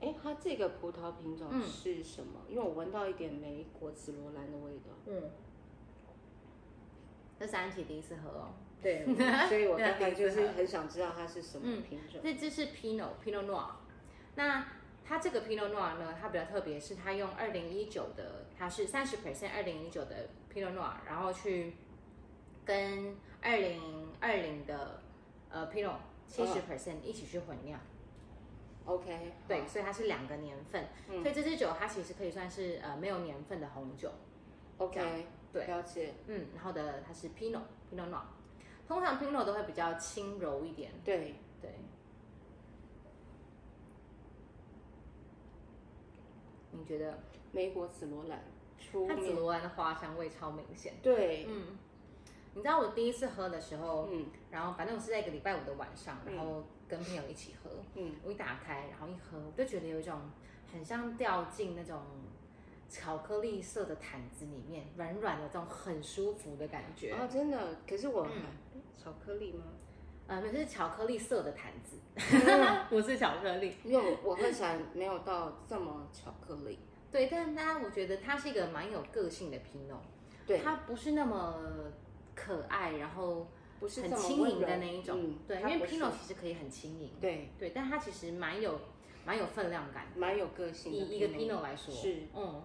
Speaker 2: 哎，它这个葡萄品种
Speaker 1: 嗯
Speaker 2: 是什么？因为我闻到一点梅果紫罗兰的味道。
Speaker 1: 嗯，这是安琪第一次喝哦，
Speaker 2: 对，所以我
Speaker 1: 对啊
Speaker 2: 刚才就
Speaker 1: 第一次
Speaker 2: 是
Speaker 1: 喝
Speaker 2: 很想知道它是什么
Speaker 1: 嗯
Speaker 2: 品种。
Speaker 1: 这支是 Pinot Pinot Noir，那它这个 Pinot Noir 呢，它比较特别，是它用二零一九的，它是三十 percent 二零一九的 Pinot Noir，然后去跟二零二零的呃 Pinot 七
Speaker 2: 哦
Speaker 1: 十 percent 一起去混酿。
Speaker 2: OK，
Speaker 1: 对，所以它是两个年份，
Speaker 2: 嗯
Speaker 1: 所以这支酒它其实可以算是呃没有年份的红酒，这
Speaker 2: ，OK，
Speaker 1: 对
Speaker 2: 了解，
Speaker 1: 嗯，然后的它是 Pinot Pinot Noir，通常 Pinot 都会比较轻柔一点，
Speaker 2: 对，
Speaker 1: 对。你觉得
Speaker 2: 梅果紫罗兰出
Speaker 1: 它紫
Speaker 2: 面，
Speaker 1: 罗兰的花香味超明显？
Speaker 2: 对，
Speaker 1: 嗯，你知道我第一次喝的时候，
Speaker 2: 嗯
Speaker 1: 然后反正我是在一个礼拜五的晚上，
Speaker 2: 嗯
Speaker 1: 然后跟朋友一起喝，
Speaker 2: 嗯，
Speaker 1: 我一打开，然后一喝，我就觉得有一种很像掉进那种巧克力色的毯子里面，软软的这种很舒服的感觉。
Speaker 2: 哦，真的，可是我还
Speaker 1: 嗯
Speaker 2: 巧克力吗？
Speaker 1: 呃，那是巧克力色的毯子，
Speaker 2: 嗯
Speaker 1: 不是巧克力。
Speaker 2: 因为我我喝起来没有到这么巧克力，
Speaker 1: 对，但大家我觉得它是一个蛮有个性的 Pinot，
Speaker 2: 对，
Speaker 1: 它不是那么可爱，然后
Speaker 2: 不是
Speaker 1: 很
Speaker 2: 这么
Speaker 1: 轻
Speaker 2: 温
Speaker 1: 盈的
Speaker 2: 柔
Speaker 1: 那一种。
Speaker 2: 嗯
Speaker 1: 对，因
Speaker 2: 它
Speaker 1: 为
Speaker 2: 不是
Speaker 1: Pinot 其实可以很轻盈，
Speaker 2: 对，
Speaker 1: 对，但它其实蛮有蛮有分量感的。
Speaker 2: 蛮有个性的，
Speaker 1: 以一个 Pinot 来说，
Speaker 2: 是，
Speaker 1: 嗯，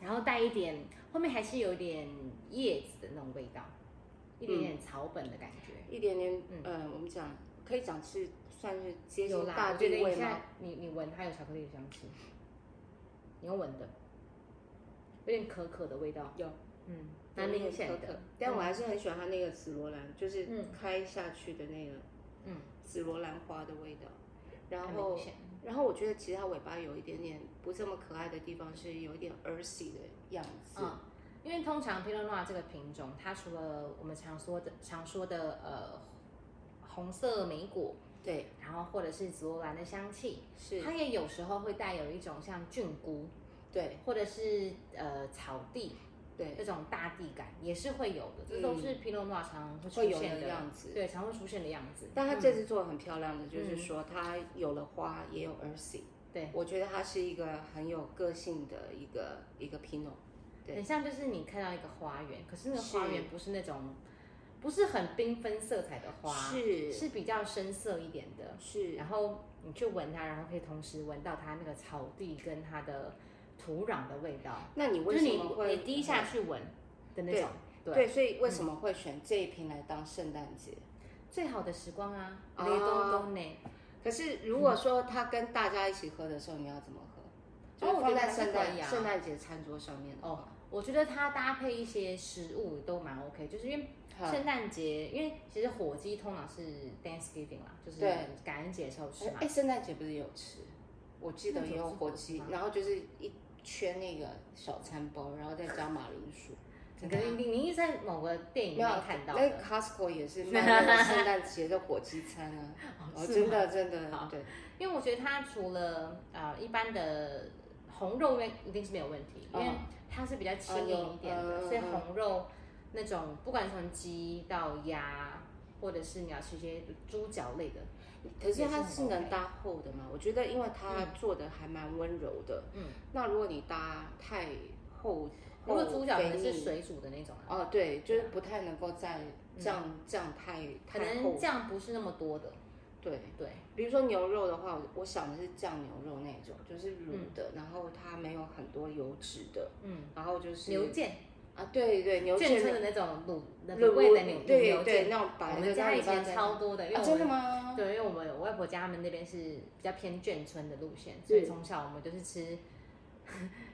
Speaker 1: 然后带一点，后面还是有点叶子的那种味道，一点点草本的感觉。
Speaker 2: 一点点
Speaker 1: 嗯，
Speaker 2: 呃，我们讲可以讲是算是接
Speaker 1: 有
Speaker 2: 近
Speaker 1: 啦，
Speaker 2: 大
Speaker 1: 我觉得
Speaker 2: 地
Speaker 1: 你
Speaker 2: 味
Speaker 1: 现
Speaker 2: 吗
Speaker 1: 在？你你闻它有巧克力的香气，你用闻的，有点可可的味道，
Speaker 2: 有，
Speaker 1: 嗯，蛮明显
Speaker 2: 有点可
Speaker 1: 的
Speaker 2: 可。但我
Speaker 1: 嗯
Speaker 2: 还是很喜欢它那个紫罗兰，就是
Speaker 1: 嗯
Speaker 2: 开下去的那个
Speaker 1: 嗯，
Speaker 2: 紫罗兰花的味道。然
Speaker 1: 蛮
Speaker 2: 后
Speaker 1: 明，显
Speaker 2: 然后我觉得其实它尾巴有一点点不这么可爱的地方，是有一点 earthy 的样子。
Speaker 1: 嗯，因为通常 Pinot Noir 这个品种，它除了我们常说的常说的呃红色莓果，
Speaker 2: 对，
Speaker 1: 然后或者是紫罗兰的香气，
Speaker 2: 是，
Speaker 1: 它也有时候会带有一种像菌菇，
Speaker 2: 对，
Speaker 1: 或者是呃草地
Speaker 2: 对，
Speaker 1: 那种大地感，也是会有的。这都是皮诺诺常嗯常会
Speaker 2: 嗯会
Speaker 1: 出
Speaker 2: 有
Speaker 1: 现
Speaker 2: 的
Speaker 1: 的，
Speaker 2: 样子。
Speaker 1: 对，常会出现的样子。
Speaker 2: 但它
Speaker 1: 嗯
Speaker 2: 这次做的很漂亮的，就是
Speaker 1: 嗯
Speaker 2: 说它有了花，也有 earthy。
Speaker 1: 对，
Speaker 2: 我觉得它是一个很有个性的一个一个 Pinot。对
Speaker 1: 很像就是你看到一个花园，可是那个
Speaker 2: 是
Speaker 1: 花园不是那种不是很缤纷色彩的花，
Speaker 2: 是
Speaker 1: 是比较深色一点的。
Speaker 2: 是，
Speaker 1: 然后你去闻它，然后可以同时闻到它那个草地跟它的土壤的味道，
Speaker 2: 那你
Speaker 1: 就
Speaker 2: 为
Speaker 1: 是
Speaker 2: 什
Speaker 1: 你
Speaker 2: 么会
Speaker 1: 你滴下嗯去闻的那
Speaker 2: 对
Speaker 1: 种。
Speaker 2: 对所以为什么会选这一瓶来当圣诞节？
Speaker 1: 最好的时光啊，
Speaker 2: 哦
Speaker 1: 雷东东呢？
Speaker 2: 可是如
Speaker 1: 嗯
Speaker 2: 果说它跟大家一起喝的时候，你要怎么喝？就
Speaker 1: 哦
Speaker 2: 是
Speaker 1: 我
Speaker 2: 放
Speaker 1: 觉得
Speaker 2: 在
Speaker 1: 还是
Speaker 2: 圣
Speaker 1: 可
Speaker 2: 诞、
Speaker 1: 以啊
Speaker 2: 圣诞节餐桌上面的
Speaker 1: 哦
Speaker 2: 话，
Speaker 1: 我觉得它搭配一些食物都蛮 OK，就是因为
Speaker 2: 哈
Speaker 1: 圣诞节，因为其实火鸡通常是 Thanksgiving 啦，就是
Speaker 2: 对
Speaker 1: 感恩节的时候吃
Speaker 2: 哎
Speaker 1: 嘛。
Speaker 2: 哎，圣诞节不是有吃？我记得
Speaker 1: 圣诞节
Speaker 2: 也
Speaker 1: 不
Speaker 2: 有
Speaker 1: 是
Speaker 2: 火
Speaker 1: 有吃
Speaker 2: 鸡
Speaker 1: 吗，
Speaker 2: 然后就是一圈那个小餐包，然后再加马铃薯。
Speaker 1: 你可能你你一直在某个电影里
Speaker 2: 没有哎
Speaker 1: 面看到
Speaker 2: 那
Speaker 1: 的，
Speaker 2: Costco 也 是卖那个圣诞节的火鸡餐啊，哦，
Speaker 1: 是吗
Speaker 2: 真的真的
Speaker 1: 好，
Speaker 2: 对，
Speaker 1: 因为我觉得它除了呃一般的呃红肉，因为一定是没有问题，因为
Speaker 2: 嗯
Speaker 1: 它是比较轻盈一点
Speaker 2: 嗯
Speaker 1: 的，
Speaker 2: 有
Speaker 1: 所以
Speaker 2: 嗯嗯
Speaker 1: 红肉那种不管从鸡到鸭，或者是你要吃一些猪脚类的，
Speaker 2: 可是嗯它
Speaker 1: 也是
Speaker 2: 是
Speaker 1: 很
Speaker 2: 能
Speaker 1: OK
Speaker 2: 搭厚的嘛？我觉得因为它做的还蛮温柔的，
Speaker 1: 嗯，
Speaker 2: 那如果你搭太厚，
Speaker 1: 如果
Speaker 2: 厚
Speaker 1: 猪脚可
Speaker 2: 肥
Speaker 1: 能是
Speaker 2: 腻
Speaker 1: 水煮的那种啊，
Speaker 2: 哦，对，嗯就是不太能够再酱酱太
Speaker 1: 可
Speaker 2: 太
Speaker 1: 能
Speaker 2: 厚，
Speaker 1: 酱不是那么多的，
Speaker 2: 对。
Speaker 1: 对，
Speaker 2: 比如说牛肉的话，我我想的是酱牛肉那种，就是卤的，然后它没有很多油脂的，
Speaker 1: 嗯，
Speaker 2: 然后就是
Speaker 1: 牛腱，
Speaker 2: 啊，对对，牛
Speaker 1: 眷
Speaker 2: 腱
Speaker 1: 村的那种卤那
Speaker 2: 卤
Speaker 1: 卤味的牛
Speaker 2: 对
Speaker 1: 牛
Speaker 2: 对
Speaker 1: 腱，
Speaker 2: 那种白的，
Speaker 1: 我们家以前超多的，因为
Speaker 2: 啊，
Speaker 1: 我
Speaker 2: 真的
Speaker 1: 们
Speaker 2: 吗？
Speaker 1: 对，因为我们我外婆家他们那边是比较偏眷村的路线，所以
Speaker 2: 嗯
Speaker 1: 从小我们就是吃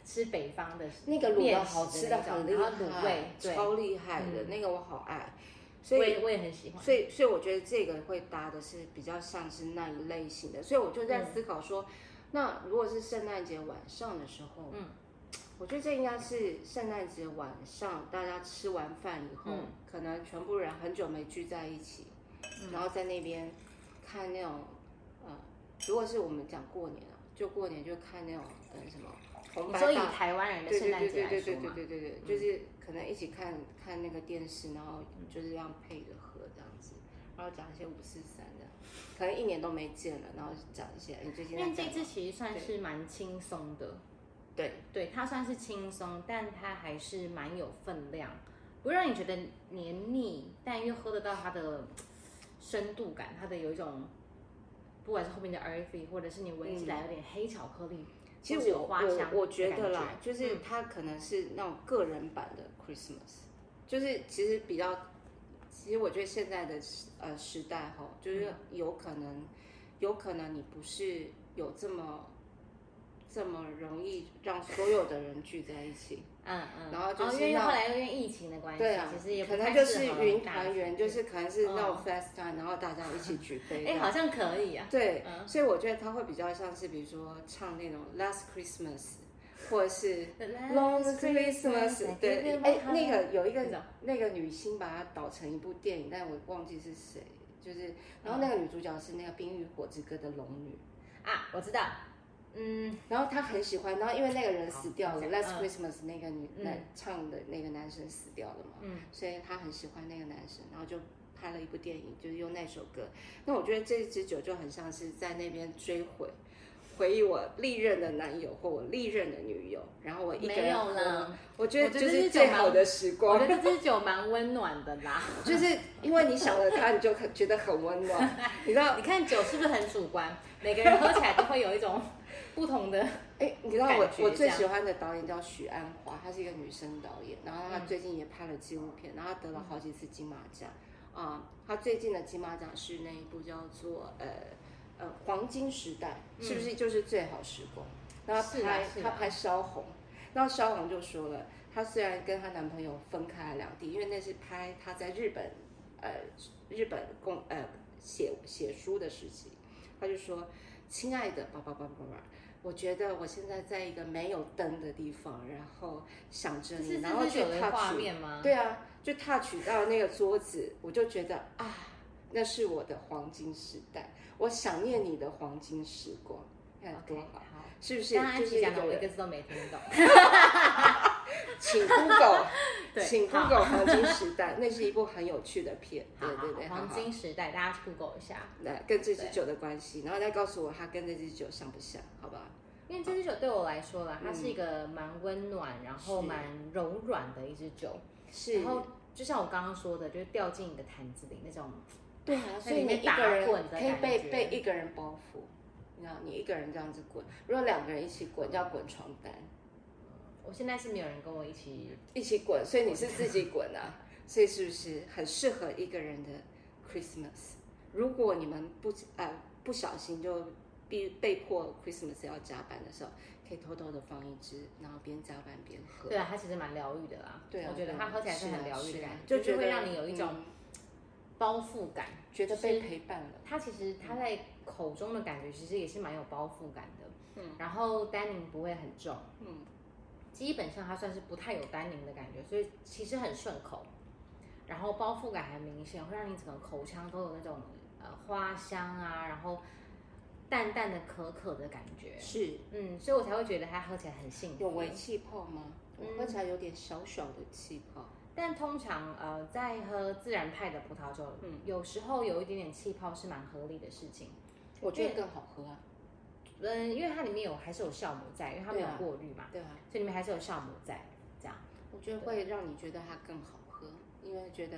Speaker 1: 吃北方的
Speaker 2: 那个卤的好吃的很厉
Speaker 1: 然
Speaker 2: 害，
Speaker 1: 后卤味，对，
Speaker 2: 超厉害的、
Speaker 1: 嗯
Speaker 2: 那个我好爱，所
Speaker 1: 我
Speaker 2: 以
Speaker 1: 也我也很喜欢，
Speaker 2: 所以所以我觉得这个会搭的是比较像是那一类型的，所以我就
Speaker 1: 嗯
Speaker 2: 在思考说，那如果是圣诞节晚上的时候，
Speaker 1: 嗯，
Speaker 2: 我觉得这应该是圣诞节晚上大家吃完饭以后，
Speaker 1: 嗯
Speaker 2: 可能全部人很久没聚在一起，然后在那边看那种，呃，如果是我们讲过年啊，就过年就看那种呃什么红
Speaker 1: 你
Speaker 2: 白
Speaker 1: 说以
Speaker 2: 大
Speaker 1: 台湾人的
Speaker 2: 对
Speaker 1: 圣
Speaker 2: 对
Speaker 1: 诞
Speaker 2: 对
Speaker 1: 节
Speaker 2: 对
Speaker 1: 来
Speaker 2: 对
Speaker 1: 说
Speaker 2: 对对
Speaker 1: 嘛，嗯
Speaker 2: 对对对，就是可能一起看看那个电视，然后就是这样配着喝这样子，然后讲一些五四三的，可能一年都没见了，然后讲一些你哎最
Speaker 1: 因
Speaker 2: 近在
Speaker 1: 为
Speaker 2: 干
Speaker 1: 这
Speaker 2: 嘛
Speaker 1: 次其实算是蛮轻松的，
Speaker 2: 对
Speaker 1: 对，它算是轻松，但它还是蛮有分量，不会让你觉得黏腻，但又喝得到它的嘖深度感，它的有一种不管是后面的 RFE，或者是你闻
Speaker 2: 嗯
Speaker 1: 起来有点黑巧克力，
Speaker 2: 其
Speaker 1: 或
Speaker 2: 实
Speaker 1: 是
Speaker 2: 我
Speaker 1: 有花香
Speaker 2: 我我觉
Speaker 1: 的
Speaker 2: 得
Speaker 1: 感
Speaker 2: 啦，就是
Speaker 1: 嗯
Speaker 2: 它可能是那种个人版的 Christmas，就是其实比较，其实我觉得现在的时呃时代哈，
Speaker 1: 嗯
Speaker 2: 就是有可能，有可能你不是有这么这么容易让所有的人聚在一起，
Speaker 1: 嗯嗯，
Speaker 2: 然后就是
Speaker 1: 哦因为
Speaker 2: 那
Speaker 1: 后来又因为疫情的关系，
Speaker 2: 对啊
Speaker 1: 其实也，不
Speaker 2: 可能
Speaker 1: 太
Speaker 2: 就是
Speaker 1: 适合
Speaker 2: 云
Speaker 1: 大
Speaker 2: 团
Speaker 1: 家
Speaker 2: 圆，
Speaker 1: 聚
Speaker 2: 就是可能是那种
Speaker 1: 嗯
Speaker 2: FaceTime，然后大家一起举杯这
Speaker 1: 哎、
Speaker 2: 样，
Speaker 1: 好像可以啊，
Speaker 2: 对，
Speaker 1: 嗯
Speaker 2: 所以我觉得它会比较像是，比如说唱那种 Last Christmas，或者是 Long Christmas，对，哎，那个有一
Speaker 1: 这种
Speaker 2: 个那个女星把它导成一部电影，但我忘记是谁，就是，然后那个女主角是那个《冰与火之歌》的龙女，
Speaker 1: 啊，我知道，嗯，
Speaker 2: 然后她很喜欢，然后因为那个人死掉
Speaker 1: 好
Speaker 2: 了
Speaker 1: 这样
Speaker 2: ，Last Christmas 那个女
Speaker 1: 嗯
Speaker 2: 男唱的那个男生死掉了嘛，
Speaker 1: 嗯，
Speaker 2: 所以她很喜欢那个男生，然后就。拍了一部电影，就是用那首歌。那我觉得这支酒就很像是在那边追悔回忆我历任的男友或我历任的女友，然后我一个
Speaker 1: 没
Speaker 2: 人
Speaker 1: 有
Speaker 2: 喝
Speaker 1: 了。
Speaker 2: 我觉
Speaker 1: 我
Speaker 2: 得
Speaker 1: 觉
Speaker 2: 就
Speaker 1: 得
Speaker 2: 是
Speaker 1: 这
Speaker 2: 最
Speaker 1: 种
Speaker 2: 好的时
Speaker 1: 我
Speaker 2: 光，
Speaker 1: 觉得这支酒蛮温暖的啦。
Speaker 2: 就是因为你想了他，你就很觉得很温 暖。你知道，
Speaker 1: 你看酒是不是很主观？每个人喝起来都会有一种 不同的。
Speaker 2: 哎，你知道我
Speaker 1: 感觉
Speaker 2: 我最
Speaker 1: 这样
Speaker 2: 喜欢的导演叫许鞍华，她是一个女生导演，然后她
Speaker 1: 嗯
Speaker 2: 最近也拍了纪录片，然后她得了好几次金马奖。啊、她最近的金马奖是那一部叫做呃呃黄金时代，是不是就是最好时光？然后她
Speaker 1: 嗯是啊
Speaker 2: 拍
Speaker 1: 是啊
Speaker 2: 她拍萧红，然后萧红就说了，她虽然跟她男朋友分开了两地，因为那是拍她在日本呃日本公呃写写书的时期，她就说：“亲爱的，叭叭叭叭叭。”我觉得我现在在一个没有灯的地方，然后想着
Speaker 1: 这
Speaker 2: 你，
Speaker 1: 是
Speaker 2: 然后
Speaker 1: 这支
Speaker 2: 去
Speaker 1: 酒的
Speaker 2: touch
Speaker 1: 画
Speaker 2: 你
Speaker 1: 面吗？
Speaker 2: 对啊，就踏取到那个桌子，我就觉得啊，那是我的黄金时代，我想念你的黄金时光，看多
Speaker 1: OK，
Speaker 2: 好，
Speaker 1: 好。
Speaker 2: 是不是？
Speaker 1: 刚刚
Speaker 2: 就
Speaker 1: 安
Speaker 2: 是
Speaker 1: 琪讲
Speaker 2: 一
Speaker 1: 的，
Speaker 2: 个
Speaker 1: 我一
Speaker 2: 人
Speaker 1: 个字都没听 懂。
Speaker 2: 请 Google，
Speaker 1: 对
Speaker 2: 请
Speaker 1: 好
Speaker 2: Google 黄金时代，那是一部很有趣的片，
Speaker 1: 好
Speaker 2: 对
Speaker 1: 好
Speaker 2: 对
Speaker 1: 好
Speaker 2: 对，
Speaker 1: 黄
Speaker 2: 好好
Speaker 1: 金时代，大家去 Google 一下，
Speaker 2: 那跟这支
Speaker 1: 对
Speaker 2: 酒的关系，然后再告诉我它跟这支酒像不像，好吧？
Speaker 1: 因为这支酒对我来说啦，它是一个蛮温暖，然后
Speaker 2: 嗯是
Speaker 1: 蛮柔软的一支酒。
Speaker 2: 是
Speaker 1: 然，后就像我刚刚说的，就是掉进你的坛子里那种。
Speaker 2: 对啊，所以
Speaker 1: 里
Speaker 2: 你
Speaker 1: 面
Speaker 2: 一
Speaker 1: 打
Speaker 2: 个人
Speaker 1: 滚的
Speaker 2: 可以
Speaker 1: 感
Speaker 2: 被
Speaker 1: 觉
Speaker 2: 被一个人包覆，你知道，你一个人这样子滚，如果两个人一起滚，叫滚床单。
Speaker 1: 我现在是没有人跟我一起，
Speaker 2: 一起滚，所以你是自己滚 啊，所以是不是很适合一个人的 Christmas？如果你们不呃不小心就被被迫 Christmas 要加班的时候，可以偷偷的放一支，然后边加班边喝。
Speaker 1: 对啊，它其实蛮疗愈的啦。
Speaker 2: 对啊，
Speaker 1: 我觉得
Speaker 2: 对啊
Speaker 1: 它喝起来
Speaker 2: 是
Speaker 1: 是很
Speaker 2: 啊
Speaker 1: 疗愈
Speaker 2: 是
Speaker 1: 的
Speaker 2: 啊
Speaker 1: 感觉，
Speaker 2: 就
Speaker 1: 就是
Speaker 2: 觉
Speaker 1: 会
Speaker 2: 得
Speaker 1: 让你有一种
Speaker 2: 嗯
Speaker 1: 包覆感。
Speaker 2: 觉得
Speaker 1: 就
Speaker 2: 被
Speaker 1: 是
Speaker 2: 陪伴了。
Speaker 1: 它其实它在口中的感觉其实也是蛮有包覆感的，
Speaker 2: 嗯
Speaker 1: 然后单宁不会很重，
Speaker 2: 嗯，
Speaker 1: 基本上它算是不太有单宁的感觉，所以其实很顺口，然后包覆感还明显，会让你整个口腔都有那种呃花香啊，然后淡淡的可可的感觉，
Speaker 2: 是
Speaker 1: 嗯，所以我才会觉得它喝起来很幸福。
Speaker 2: 有微气泡吗？我
Speaker 1: 嗯
Speaker 2: 喝起来有点小小的气泡。
Speaker 1: 但通常呃，在喝自然派的葡萄酒，
Speaker 2: 嗯
Speaker 1: 有时候有一点点气泡是蛮合理的事情。
Speaker 2: 我觉得更好喝啊，
Speaker 1: 嗯，因为它里面有还是有酵母在，因为它没有
Speaker 2: 对啊
Speaker 1: 过滤嘛，
Speaker 2: 对啊，
Speaker 1: 所以里面还是有酵母在。这样，
Speaker 2: 我觉得会让你觉得它更好喝，因为觉得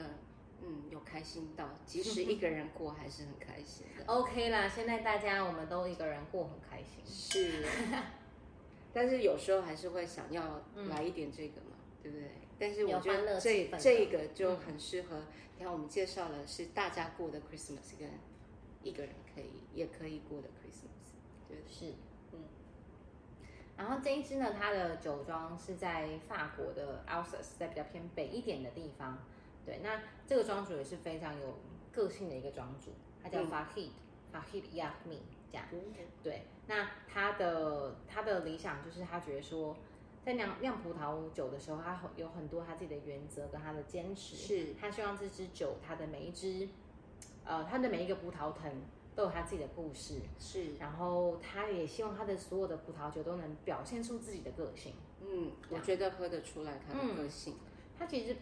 Speaker 2: 嗯有开心到，即使一个人过还是很开心的。
Speaker 1: OK 啦，现在大家我们都一个人过很开心。
Speaker 2: 是， 但是有时候还是会想要来一点这个嘛，对不对？但是
Speaker 1: 嗯
Speaker 2: 我
Speaker 1: 有
Speaker 2: 觉
Speaker 1: 欢
Speaker 2: 得
Speaker 1: 乐
Speaker 2: 这
Speaker 1: 气氛的嗯
Speaker 2: 这个就很适合。你看，我们介绍了是大家过的 Christmas，跟一个人可以也可以过的 Christmas，对不对？
Speaker 1: 是，
Speaker 2: 嗯
Speaker 1: 嗯。然后这一支呢，它的酒庄是在法国的 Alsace，在比较偏北一点的地方。对，那这个庄主也是非常有个性的一个庄主，他叫
Speaker 2: 嗯
Speaker 1: Fahid、Fahid Yahmi 这样。对，那他的他的理想就是他觉得说，在酿酿葡萄酒的时候，他很有很多他自己的原则跟他的坚持。
Speaker 2: 是
Speaker 1: 他希望这支酒，它的每一支，呃，它的每一个葡萄藤都有他自己的故事，
Speaker 2: 是，
Speaker 1: 然后他也希望他的所有的葡萄酒都能表现出自己的个性。
Speaker 2: 嗯，我觉得喝得出来他的个性，
Speaker 1: 他其实，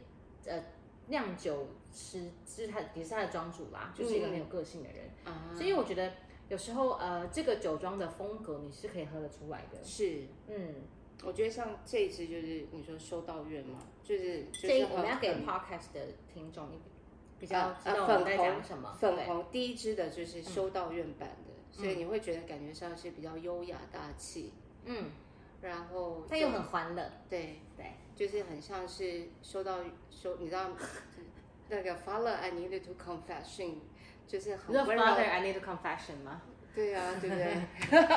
Speaker 1: 呃，酿酒师就是他也是他的庄主啦，就是一个很有个性的人，
Speaker 2: 嗯啊，
Speaker 1: 所以我觉得有时候呃，这个酒庄的风格你是可以喝得出来的。
Speaker 2: 是。
Speaker 1: 嗯，
Speaker 2: 我觉得像这一支就是你说修道院嘛，就是就
Speaker 1: 这一
Speaker 2: 是
Speaker 1: 我们要
Speaker 2: 很
Speaker 1: 给
Speaker 2: 很
Speaker 1: podcast 的听众一比较
Speaker 2: 啊
Speaker 1: 知道我
Speaker 2: 啊
Speaker 1: 们
Speaker 2: 粉
Speaker 1: 在
Speaker 2: 红
Speaker 1: 讲什么。
Speaker 2: 粉
Speaker 1: 对
Speaker 2: 红第一支的就是修道院版的，所以你会觉得感觉上是比较优雅大气，
Speaker 1: 嗯，
Speaker 2: 然后
Speaker 1: 但又很欢乐，
Speaker 2: 对
Speaker 1: 对，
Speaker 2: 就是很像是收到收，你知道 那个 Father I needed to confession，就是
Speaker 1: 你
Speaker 2: 很
Speaker 1: 说
Speaker 2: 温柔。
Speaker 1: Father, I need a confession 吗？
Speaker 2: 对啊，对不对？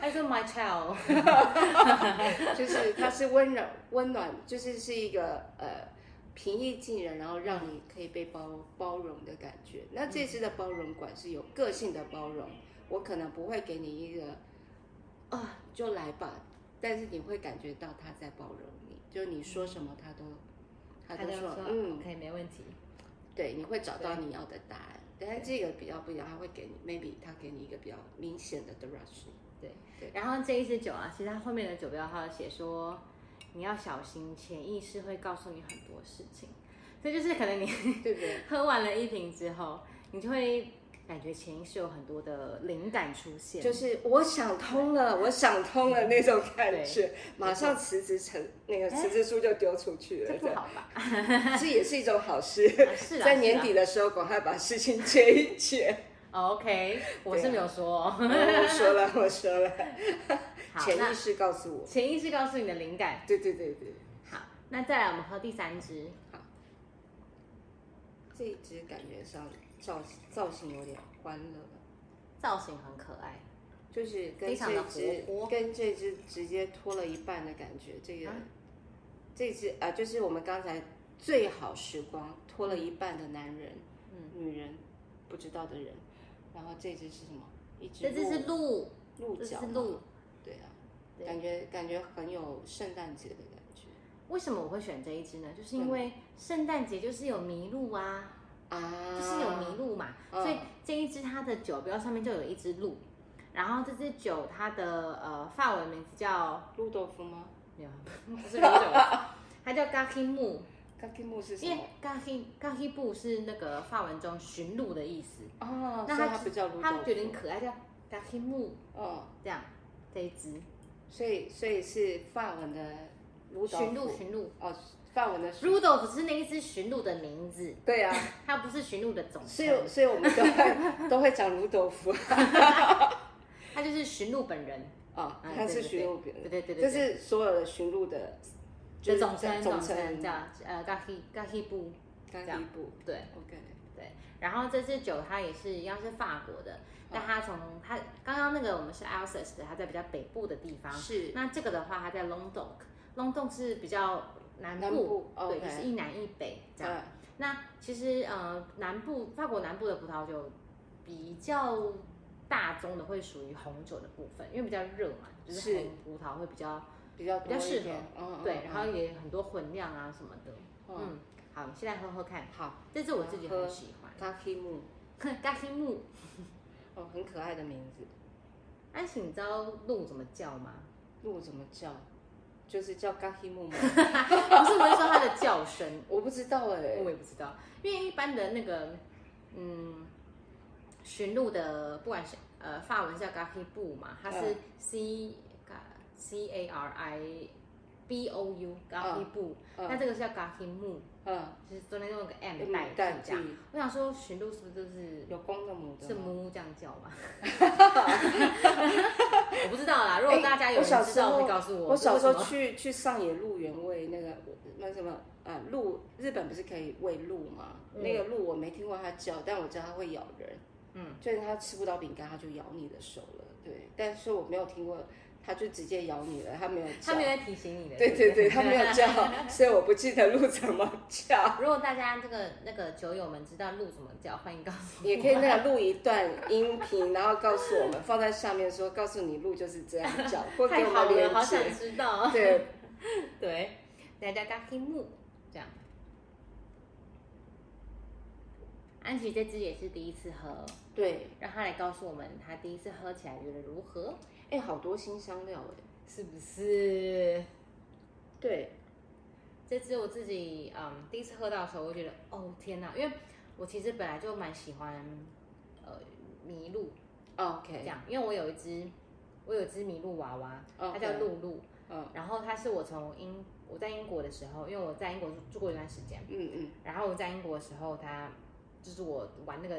Speaker 1: 他说 My child，
Speaker 2: 就是它是温柔温暖，就是是一个呃平易近人，然后让你可以被包包容的感觉。那这次的包容馆是有个性的包容，我可能不会给你一个啊就来吧，但是你会感觉到他在包容你，就是你说什么他都他都
Speaker 1: 就
Speaker 2: 说
Speaker 1: 说
Speaker 2: 嗯
Speaker 1: OK 没问题。
Speaker 2: 对，你会找到你要的答案。但是这个比较不一样，他会给你 maybe 他给你一个比较明显的 direction。
Speaker 1: 然后这一支酒啊，其实它后面的酒标还有写说，你要小心，潜意识会告诉你很多事情。这就是可能你
Speaker 2: 对不对？
Speaker 1: 喝完了一瓶之后，你就会感觉潜意识有很多的灵感出现。
Speaker 2: 就是我想通了，我想通了那种感觉，马上辞职成那个辞职书就丢出去了
Speaker 1: 这，不好吧？
Speaker 2: 这这也是一种好事。
Speaker 1: 啊是啊，
Speaker 2: 在年
Speaker 1: 是
Speaker 2: 底的时候，赶快把事情解一解。
Speaker 1: 啊。OK，我是没有说、 哦。
Speaker 2: 我说了，我说了，
Speaker 1: 好，
Speaker 2: 潜
Speaker 1: 那
Speaker 2: 意识告诉我，
Speaker 1: 潜意识告诉你的灵感。
Speaker 2: 对对对对，
Speaker 1: 好，那再来我们喝第三支。
Speaker 2: 这一支感觉上造造型有点欢乐，
Speaker 1: 造型很可爱，
Speaker 2: 就是跟
Speaker 1: 非常
Speaker 2: 这
Speaker 1: 地活
Speaker 2: 只
Speaker 1: 泼
Speaker 2: 跟这只直接脱了一半的感觉，这个、
Speaker 1: 啊
Speaker 2: 这只啊，就是我们刚才最好时光脱了一半的男人，嗯，女人不知道的人，然后这只是什么？一只
Speaker 1: 这只是鹿，
Speaker 2: 鹿
Speaker 1: 这
Speaker 2: 角
Speaker 1: 是
Speaker 2: 吗，
Speaker 1: 鹿。
Speaker 2: 对啊，
Speaker 1: 对
Speaker 2: 感觉感觉很有圣诞节的感觉
Speaker 1: 为什么我会选这一支呢？就是因为圣诞节就是有麋鹿啊，
Speaker 2: 啊，
Speaker 1: 就是有麋鹿嘛，
Speaker 2: 嗯
Speaker 1: 所以这一支它的酒标上面就有一只鹿，然后这支酒它的呃法文名字叫
Speaker 2: 啊鹿豆腐吗
Speaker 1: 没 有，不是鹿酒，它叫 Gaki Mu，
Speaker 2: g a k i m u 是什
Speaker 1: 因为
Speaker 2: 么？
Speaker 1: Gaki Gaki Bu 是那个法文中驯鹿的意思，
Speaker 2: 哦，
Speaker 1: 那
Speaker 2: 所以
Speaker 1: 它
Speaker 2: 它不叫鹿豆腐，
Speaker 1: 它觉得很可爱，叫 Gaki Mu
Speaker 2: 哦，
Speaker 1: 这样这一支
Speaker 2: 所以所以是法文的鹿豆
Speaker 1: 驯鹿
Speaker 2: 腐
Speaker 1: 驯鹿
Speaker 2: 哦，法文的驯
Speaker 1: Rudolph 是那一只驯鹿的名字，
Speaker 2: 对啊，
Speaker 1: 它不是驯鹿的总
Speaker 2: 所
Speaker 1: 称，
Speaker 2: 以所以我们都会都会讲卤 豆腐
Speaker 1: 它就是驯鹿本人。
Speaker 2: 啊，
Speaker 1: 嗯
Speaker 2: 它是驯鹿别人，
Speaker 1: 对对对对
Speaker 2: 这是所有的驯鹿的，
Speaker 1: 就
Speaker 2: 就是
Speaker 1: 总称
Speaker 2: 总
Speaker 1: 总
Speaker 2: 称
Speaker 1: 称叫呃 gahi gahi 布，
Speaker 2: 干
Speaker 1: 这样
Speaker 2: 一步
Speaker 1: 对
Speaker 2: ，OK，
Speaker 1: 对。然后这支酒它也是一样是法国的，
Speaker 2: 啊
Speaker 1: 但它从它刚刚那个我们是 Alsace 的，它在比较北部的地方。
Speaker 2: 是
Speaker 1: 那这个的话，它在 Languedoc，Languedoc 是比较南
Speaker 2: 南
Speaker 1: 部，
Speaker 2: 部
Speaker 1: 对，
Speaker 2: ，OK，
Speaker 1: 就是一南一北这样。
Speaker 2: 啊
Speaker 1: 那其实呃，南部法国南部的葡萄酒比较大宗的会属于红酒的部分，因为比较热嘛，就是
Speaker 2: 是
Speaker 1: 红葡萄会比较
Speaker 2: 比较
Speaker 1: 比较
Speaker 2: 多
Speaker 1: 适
Speaker 2: 一
Speaker 1: 合
Speaker 2: 点，嗯，
Speaker 1: 对，
Speaker 2: 嗯
Speaker 1: 然后也很多混酿啊什么的。
Speaker 2: 嗯，
Speaker 1: 嗯，好，你现在喝喝看，
Speaker 2: 好
Speaker 1: 这是我自己很喜欢。
Speaker 2: g a k i m
Speaker 1: 嘎西木，
Speaker 2: 哦，很可爱的名字，
Speaker 1: 安喜，你知道鹿怎么叫吗？
Speaker 2: 鹿怎么叫？就是叫 g a k i m 吗？
Speaker 1: 不是，我是说它的叫声，
Speaker 2: 我不知道哎，
Speaker 1: 我也不知道，因为一般的那个，嗯，驯鹿的，不管是呃法文叫嘎西布嘛，它
Speaker 2: 嗯
Speaker 1: 是 C 嘎 C A R I B O U 嘎西布，那这个是叫嘎西木，
Speaker 2: 嗯，
Speaker 1: 就是中间用个 M 代
Speaker 2: 呃母
Speaker 1: 替
Speaker 2: 蛋
Speaker 1: 这样。我想说驯鹿是不是就是
Speaker 2: 有公的母的吗，
Speaker 1: 是母这样叫 吗？我不知道啦，如果大家有
Speaker 2: 哎我小
Speaker 1: 人知
Speaker 2: 时
Speaker 1: 道，
Speaker 2: 候
Speaker 1: 会告诉我。
Speaker 2: 我小时候
Speaker 1: 为什么
Speaker 2: 去去上野鹿园喂那个那什么啊鹿，日本不是可以喂鹿吗？
Speaker 1: 嗯
Speaker 2: 那个鹿我没听过它叫，但我知道它会咬人。
Speaker 1: 嗯，
Speaker 2: 就是它吃不到饼干，它就咬你的手了。对，但是我没有听过，它就直接咬你了，它没有叫
Speaker 1: 他。没有在提醒你的。
Speaker 2: 对
Speaker 1: 不
Speaker 2: 对对，它 没有。叫，所以我不记得鹿怎么叫。
Speaker 1: 如果大家这个那个酒友们知道鹿怎么叫，欢迎告诉我。
Speaker 2: 也可以那个录一段音频，然后告诉我们，放在下面说，告诉你鹿就是这样叫，或给
Speaker 1: 太
Speaker 2: 我
Speaker 1: 好
Speaker 2: 们
Speaker 1: 了，
Speaker 2: 链
Speaker 1: 好想
Speaker 2: 接。
Speaker 1: 知道。
Speaker 2: 对，
Speaker 1: 对，大家嘎黑木这样。安琪这支也是第一次喝，
Speaker 2: 对，
Speaker 1: 让他来告诉我们他第一次喝起来觉得如何，
Speaker 2: 哎、好多新香料哎。
Speaker 1: 是不是？
Speaker 2: 对，
Speaker 1: 这支我自己嗯第一次喝到的时候，我就觉得哦天哪，因为我其实本来就蛮喜欢呃麋鹿这
Speaker 2: OK，
Speaker 1: 样，因为我有一只我有一只麋鹿娃娃，它
Speaker 2: OK
Speaker 1: 叫露露，
Speaker 2: 嗯
Speaker 1: 然后它是我从英我在英国的时候，因为我在英国住住过一段时间，
Speaker 2: 嗯嗯，
Speaker 1: 然后我在英国的时候，它就是我玩那个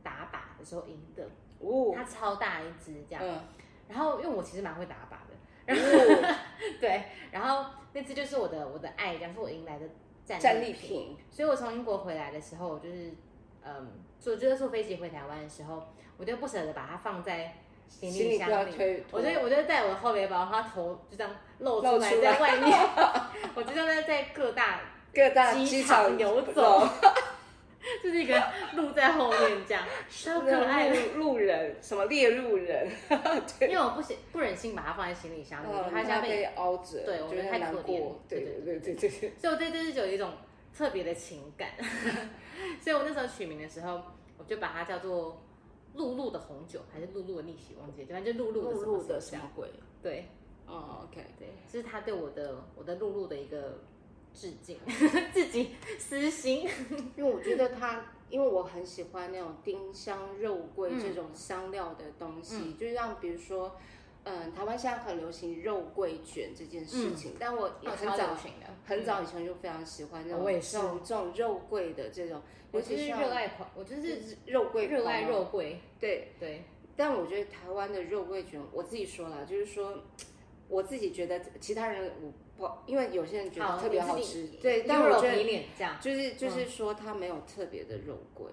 Speaker 1: 打靶的时候赢的，
Speaker 2: 哦，
Speaker 1: 它超大一只这样。
Speaker 2: 嗯，
Speaker 1: 然后因为我其实蛮会打靶的， 然后
Speaker 2: 哦，
Speaker 1: 对，然后那只就是我的我的爱，然后是我迎来的战
Speaker 2: 嗯战
Speaker 1: 利
Speaker 2: 利
Speaker 1: 品。
Speaker 2: 品，
Speaker 1: 所以我从英国回来的时候，我就是嗯，坐就是坐飞机回台湾的时候，我就不舍得把它放在行
Speaker 2: 行
Speaker 1: 李
Speaker 2: 李不要
Speaker 1: 箱里。
Speaker 2: 推，
Speaker 1: 我就
Speaker 2: 推
Speaker 1: 我就带我的后背包，然后头就这样露出
Speaker 2: 露
Speaker 1: 来
Speaker 2: 出
Speaker 1: 在
Speaker 2: 来
Speaker 1: 外 面，
Speaker 2: 啊
Speaker 1: 我就这样在在各大
Speaker 2: 各大
Speaker 1: 机
Speaker 2: 机
Speaker 1: 场
Speaker 2: 场
Speaker 1: 游走，就是一个鹿在后面 这样，超
Speaker 2: 那
Speaker 1: 可爱的。
Speaker 2: 种路路人，什么猎路人，
Speaker 1: 因为我不行不忍心把它放在行李箱里，我觉
Speaker 2: 哦
Speaker 1: 得它像被，
Speaker 2: 被凹着，
Speaker 1: 对我觉
Speaker 2: 觉
Speaker 1: 得
Speaker 2: 得
Speaker 1: 太
Speaker 2: 难
Speaker 1: 可怜了
Speaker 2: 过，对
Speaker 1: 对
Speaker 2: 对对对对，
Speaker 1: 所以我对这只酒有一种特别的情 感。所以我那时候取名的时候，我就把它叫做露露的红酒，还是露露的逆袭，忘记了，反正就露露的什么什么这样
Speaker 2: 鬼？
Speaker 1: 对
Speaker 2: 哦，OK，
Speaker 1: 对，这是他对我的我的露露的一个致敬， 自己私心。
Speaker 2: 因为我觉得它，因为我很喜欢那种丁香、肉桂这种香料的东西，就是让比如说，嗯，台湾现在很流行肉桂卷这件事情，但嗯我也很早、
Speaker 1: 群的
Speaker 2: 很早以前就非常喜欢这种
Speaker 1: 哦我也是
Speaker 2: 这种这种肉桂的这种，
Speaker 1: 我
Speaker 2: 尤
Speaker 1: 就
Speaker 2: 其
Speaker 1: 是
Speaker 2: 是
Speaker 1: 热爱款，我就是
Speaker 2: 肉桂
Speaker 1: 热爱
Speaker 2: 包
Speaker 1: 肉桂，
Speaker 2: 对。
Speaker 1: 对，
Speaker 2: 但我觉得台湾的肉桂卷，我自己说了，就是说，我自己觉得其他人我不，因为有些人觉得特别好吃，对，但我觉
Speaker 1: 皮
Speaker 2: 得
Speaker 1: 脸这样，
Speaker 2: 就是就是说它没有特别的肉桂，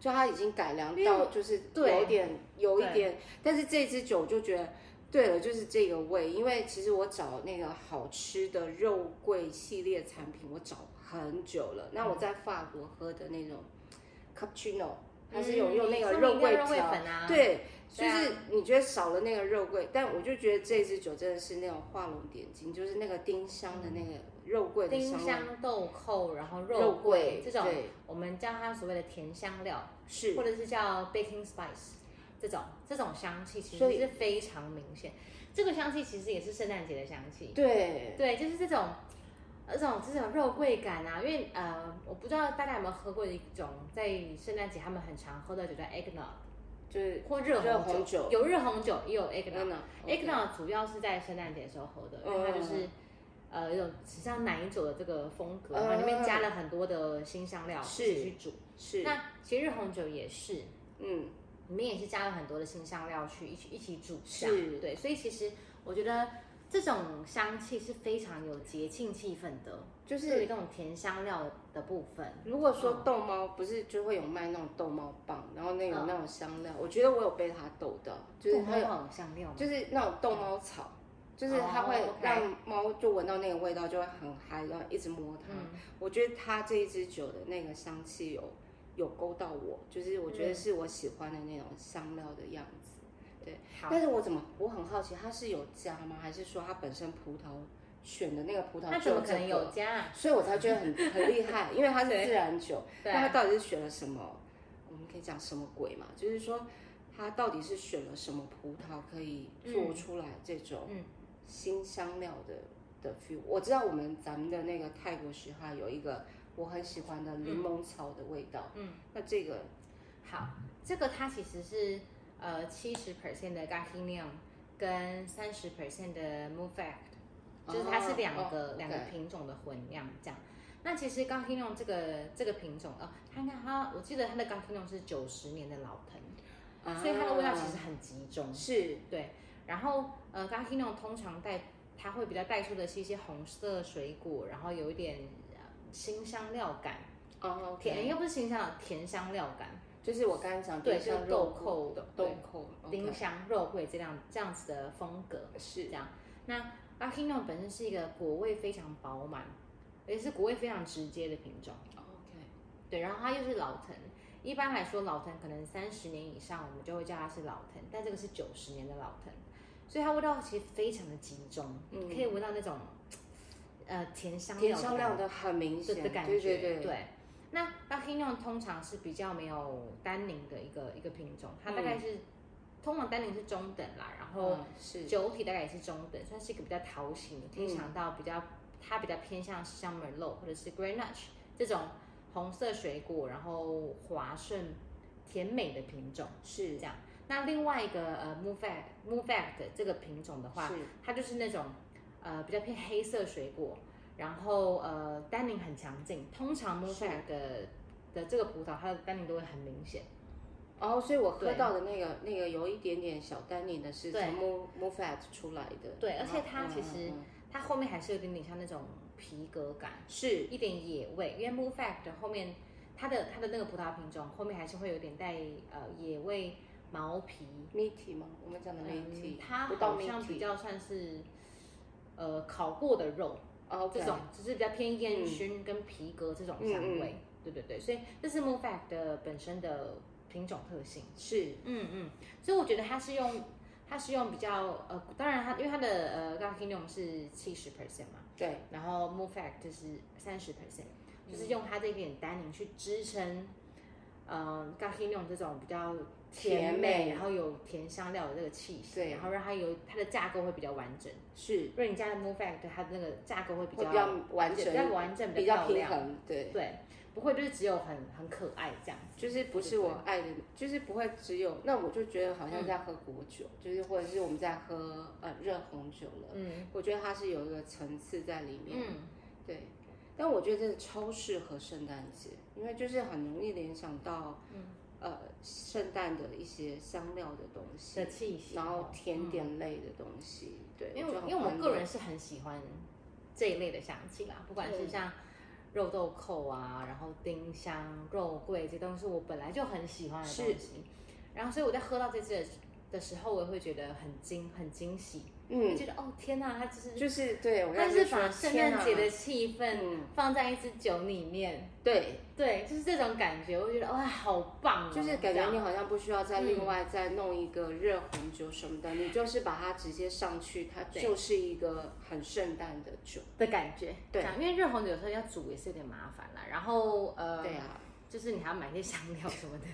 Speaker 2: 就它已经改良
Speaker 1: 因为
Speaker 2: 到就是
Speaker 1: 对
Speaker 2: 有点有一点，但是这支酒就觉得。对了，就是这个味，因为其实我找那个好吃的肉桂系列产品，我找很久了。那我
Speaker 1: 嗯
Speaker 2: 在法国喝的那种 cappuccino，它是有用那个
Speaker 1: 嗯
Speaker 2: 肉桂
Speaker 1: 肉桂
Speaker 2: 条，
Speaker 1: 粉啊，，
Speaker 2: 对，就
Speaker 1: 对啊
Speaker 2: 是你觉得少了那个肉桂，但我就觉得这支酒真的是那种画龙点睛，就是那个丁香的那个肉桂的
Speaker 1: 丁
Speaker 2: 香味，
Speaker 1: 香豆蔻，然后
Speaker 2: 肉
Speaker 1: 桂这种，
Speaker 2: 对
Speaker 1: 我们叫它所谓的甜香料，
Speaker 2: 是
Speaker 1: 或者是叫 baking spice 这种这种香气，其
Speaker 2: 所
Speaker 1: 实
Speaker 2: 以
Speaker 1: 是非常明显。这个香气其实也是圣诞节的香气，
Speaker 2: 对，
Speaker 1: 对，就是这种，呃这种这种肉桂感啊，因为呃，我不知道大家有没有喝过一种在圣诞节他们很常喝的酒叫 eggnog
Speaker 2: 就是
Speaker 1: 或热
Speaker 2: 热
Speaker 1: 红
Speaker 2: 红酒
Speaker 1: 有热红酒也有 eggnog。
Speaker 2: 呢
Speaker 1: eggnog 主要是在圣诞节的时候喝的，因为它就是。
Speaker 2: 哦
Speaker 1: 呃，有种像奶酒的这个风格，然后里面加了很多的新香料
Speaker 2: 哦是
Speaker 1: 一起去煮。
Speaker 2: 是
Speaker 1: 那其实热红酒也是，
Speaker 2: 嗯
Speaker 1: 里面也是加了很多的新香料去一起一起煮，
Speaker 2: 是
Speaker 1: 这样对，所以其实我觉得这种香气是非常有节庆气氛的，对
Speaker 2: 就
Speaker 1: 于这
Speaker 2: 是。
Speaker 1: 种甜香料的部分，
Speaker 2: 如果说逗猫不是就会有卖那种逗猫棒，然后那有
Speaker 1: 嗯
Speaker 2: 那种香料，我觉得我有被它逗到，就是它有
Speaker 1: 很香料吗，
Speaker 2: 就是那种逗猫草，就是它会
Speaker 1: 哦，OK
Speaker 2: 让猫就闻到那个味道就会很嗨，然后一直摸它。
Speaker 1: 嗯
Speaker 2: 我觉得它这一支酒的那个香气有有勾到我，就是我觉
Speaker 1: 嗯
Speaker 2: 得是我喜欢的那种香料的样子。
Speaker 1: 好，
Speaker 2: 但是我怎么我很好奇，它是有加吗？还是说它本身葡萄选的那个葡萄
Speaker 1: 那
Speaker 2: 就
Speaker 1: 怎么
Speaker 2: 这
Speaker 1: 可能
Speaker 2: 个
Speaker 1: 有？加啊？
Speaker 2: 所以我才觉得 很很厉害，因为它是
Speaker 1: 对
Speaker 2: 自然酒。
Speaker 1: 对
Speaker 2: 那它
Speaker 1: 啊，
Speaker 2: 到底是选了什么？我们可以讲什么鬼嘛？就是说，它到底是选了什么葡萄可以做出来这种
Speaker 1: 嗯
Speaker 2: 新香料的、的 feel？我知道我们咱们的那个泰国时哈有一个我很喜欢的柠檬草的味道，
Speaker 1: 嗯，
Speaker 2: 那这个
Speaker 1: 好，这个它其实是呃七十 percent 的 g a h i n i u m 跟三十 percent 的 m o v e c t 就是它是两个、
Speaker 2: 哦
Speaker 1: 两个
Speaker 2: OK
Speaker 1: 品种的混酿这样。那其实刚听用这个这个品种哦，它看它，我记得它的刚听用是九十年的老藤，
Speaker 2: 啊
Speaker 1: 所以它的味道其实很集中。
Speaker 2: 是
Speaker 1: 对，然后呃，刚听用通常带它会比较带出的是一些红色水果，然后有一点呃新香料感，
Speaker 2: 哦
Speaker 1: 甜应该
Speaker 2: ，OK，
Speaker 1: 不是新香料，甜香料感，
Speaker 2: 就是我刚刚讲
Speaker 1: 对
Speaker 2: 丁香
Speaker 1: 就是豆
Speaker 2: 肉
Speaker 1: 蔻哦
Speaker 2: 豆
Speaker 1: 对
Speaker 2: 豆蔻
Speaker 1: 丁
Speaker 2: OK，
Speaker 1: 香肉桂这样这样子的风格。
Speaker 2: 是
Speaker 1: 这样。那 b a c k i n o 本身是一个果味非常饱满，而且是果味非常直接的品种。
Speaker 2: OK，
Speaker 1: 对，然后它又是老藤。一般来说，老藤可能三十年以上，我们就会叫它是老藤，但这个是九十年的老藤，所以它味道其实非常的集中，
Speaker 2: 嗯
Speaker 1: 可以闻到那种呃甜香料
Speaker 2: 甜
Speaker 1: 的
Speaker 2: 香料的很明
Speaker 1: 的
Speaker 2: 显
Speaker 1: 的感
Speaker 2: 对
Speaker 1: 觉。
Speaker 2: 对对，
Speaker 1: 那 b a c k i n o 通常是比较没有单宁的一个一个品种，它大概是、通常单宁是中等啦，然后
Speaker 2: 嗯是
Speaker 1: 酒体大概也是中等，算是一个比较讨喜，你
Speaker 2: 嗯
Speaker 1: 可以想到比较、它比较偏向是像 merlot 或者是 g r e n a c h 这种红色水果，然后滑顺甜美的品种。
Speaker 2: 是
Speaker 1: 这样那另外一个呃 m o v e c m o v e c 这个品种的话，
Speaker 2: 是
Speaker 1: 它就是那种呃比较偏黑色水果，然后呃单宁很强劲，通常摸出来的的这个葡萄，它的单宁都会很明显。
Speaker 2: 哦，所以我喝
Speaker 1: 对
Speaker 2: 到的那个那个有一点点小单宁的是从
Speaker 1: 对
Speaker 2: mo mo fat 出来的，
Speaker 1: 对而且
Speaker 2: 然后
Speaker 1: 它其实
Speaker 2: 嗯嗯
Speaker 1: 它后面还是有点点像那种皮革感，
Speaker 2: 嗯是
Speaker 1: 一点野味，因为 m o o Fact 的后面它的它的那个葡萄品种后面还是会有点带呃野味毛皮，
Speaker 2: 嗯 meaty 吗？我们讲的 meaty，、
Speaker 1: 嗯，它
Speaker 2: 不到
Speaker 1: 好像
Speaker 2: meaty
Speaker 1: 比较算是呃烤过的肉
Speaker 2: 哦，
Speaker 1: 这种，就是比较偏烟
Speaker 2: 嗯
Speaker 1: 熏跟皮革这种
Speaker 2: 嗯
Speaker 1: 香
Speaker 2: 嗯
Speaker 1: 味，对对对，所以这是 m o o Fact 的本身的品种特性。
Speaker 2: 是
Speaker 1: 嗯嗯，所以我觉得它是用它是用比较呃，当然它因为它的呃 g a r c i n u m 是七十 percent 嘛，
Speaker 2: 对，
Speaker 1: 然后 m o o Fact 就是三十 percent，就是用它这一点单宁去支撑，呃 g a r c i n u m 这种比较甜
Speaker 2: 甜
Speaker 1: 美，
Speaker 2: 美
Speaker 1: 然后有甜香料的这个气息，
Speaker 2: 对
Speaker 1: 然后让它有它的架构会比较完整。
Speaker 2: 是
Speaker 1: 如果你加了 m o o Fact，它的那个架构会比
Speaker 2: 会
Speaker 1: 较
Speaker 2: 比较完
Speaker 1: 比较
Speaker 2: 整，
Speaker 1: 完整，
Speaker 2: 比
Speaker 1: 较漂
Speaker 2: 较平
Speaker 1: 亮，
Speaker 2: 衡，对，
Speaker 1: 对，不会就是只有很很可爱这样子，
Speaker 2: 就是不是我爱的，就是不会只有那我就觉得好像在喝果酒，就是或者是我们在喝呃热红酒了，
Speaker 1: 嗯
Speaker 2: 我觉得它是有一个层次在里面，
Speaker 1: 嗯。
Speaker 2: 对。但我觉得真的超适合圣诞节，因为就是很容易联想到，
Speaker 1: 嗯
Speaker 2: 呃，圣诞的一些香料的东西
Speaker 1: 的，气息，嗯
Speaker 2: 然后甜点类的东西，对，
Speaker 1: 因为
Speaker 2: 我觉得很
Speaker 1: 因为我
Speaker 2: 欢乐
Speaker 1: 个人是很喜欢这一类的香气啦，不管是像肉豆蔻啊，然后丁香、肉桂这些东西，我本来就很喜欢的东西。然后所以我在喝到这支的的时候，我也会觉得很惊很惊喜，
Speaker 2: 嗯，
Speaker 1: 就觉得哦天哪，它就是
Speaker 2: 就是对我
Speaker 1: 它
Speaker 2: 刚才
Speaker 1: 是
Speaker 2: 说
Speaker 1: 把圣
Speaker 2: 天
Speaker 1: 诞
Speaker 2: 啊
Speaker 1: 节的气氛
Speaker 2: 嗯，
Speaker 1: 放在一支酒里面，
Speaker 2: 对，
Speaker 1: 对，就是这种感觉，我觉得哇好棒哦，
Speaker 2: 就是
Speaker 1: 这
Speaker 2: 感觉
Speaker 1: 样嗯
Speaker 2: 你好像不需要再另外再弄一个热红酒什么的，你就是把它直接上去，它
Speaker 1: 对
Speaker 2: 就是一个很圣诞的酒。
Speaker 1: 的感觉，
Speaker 2: 对
Speaker 1: 这样因为热红酒有时候要煮也是有点麻烦啦，然后呃，
Speaker 2: 对啊，
Speaker 1: 就是你还要买一些香料什么的。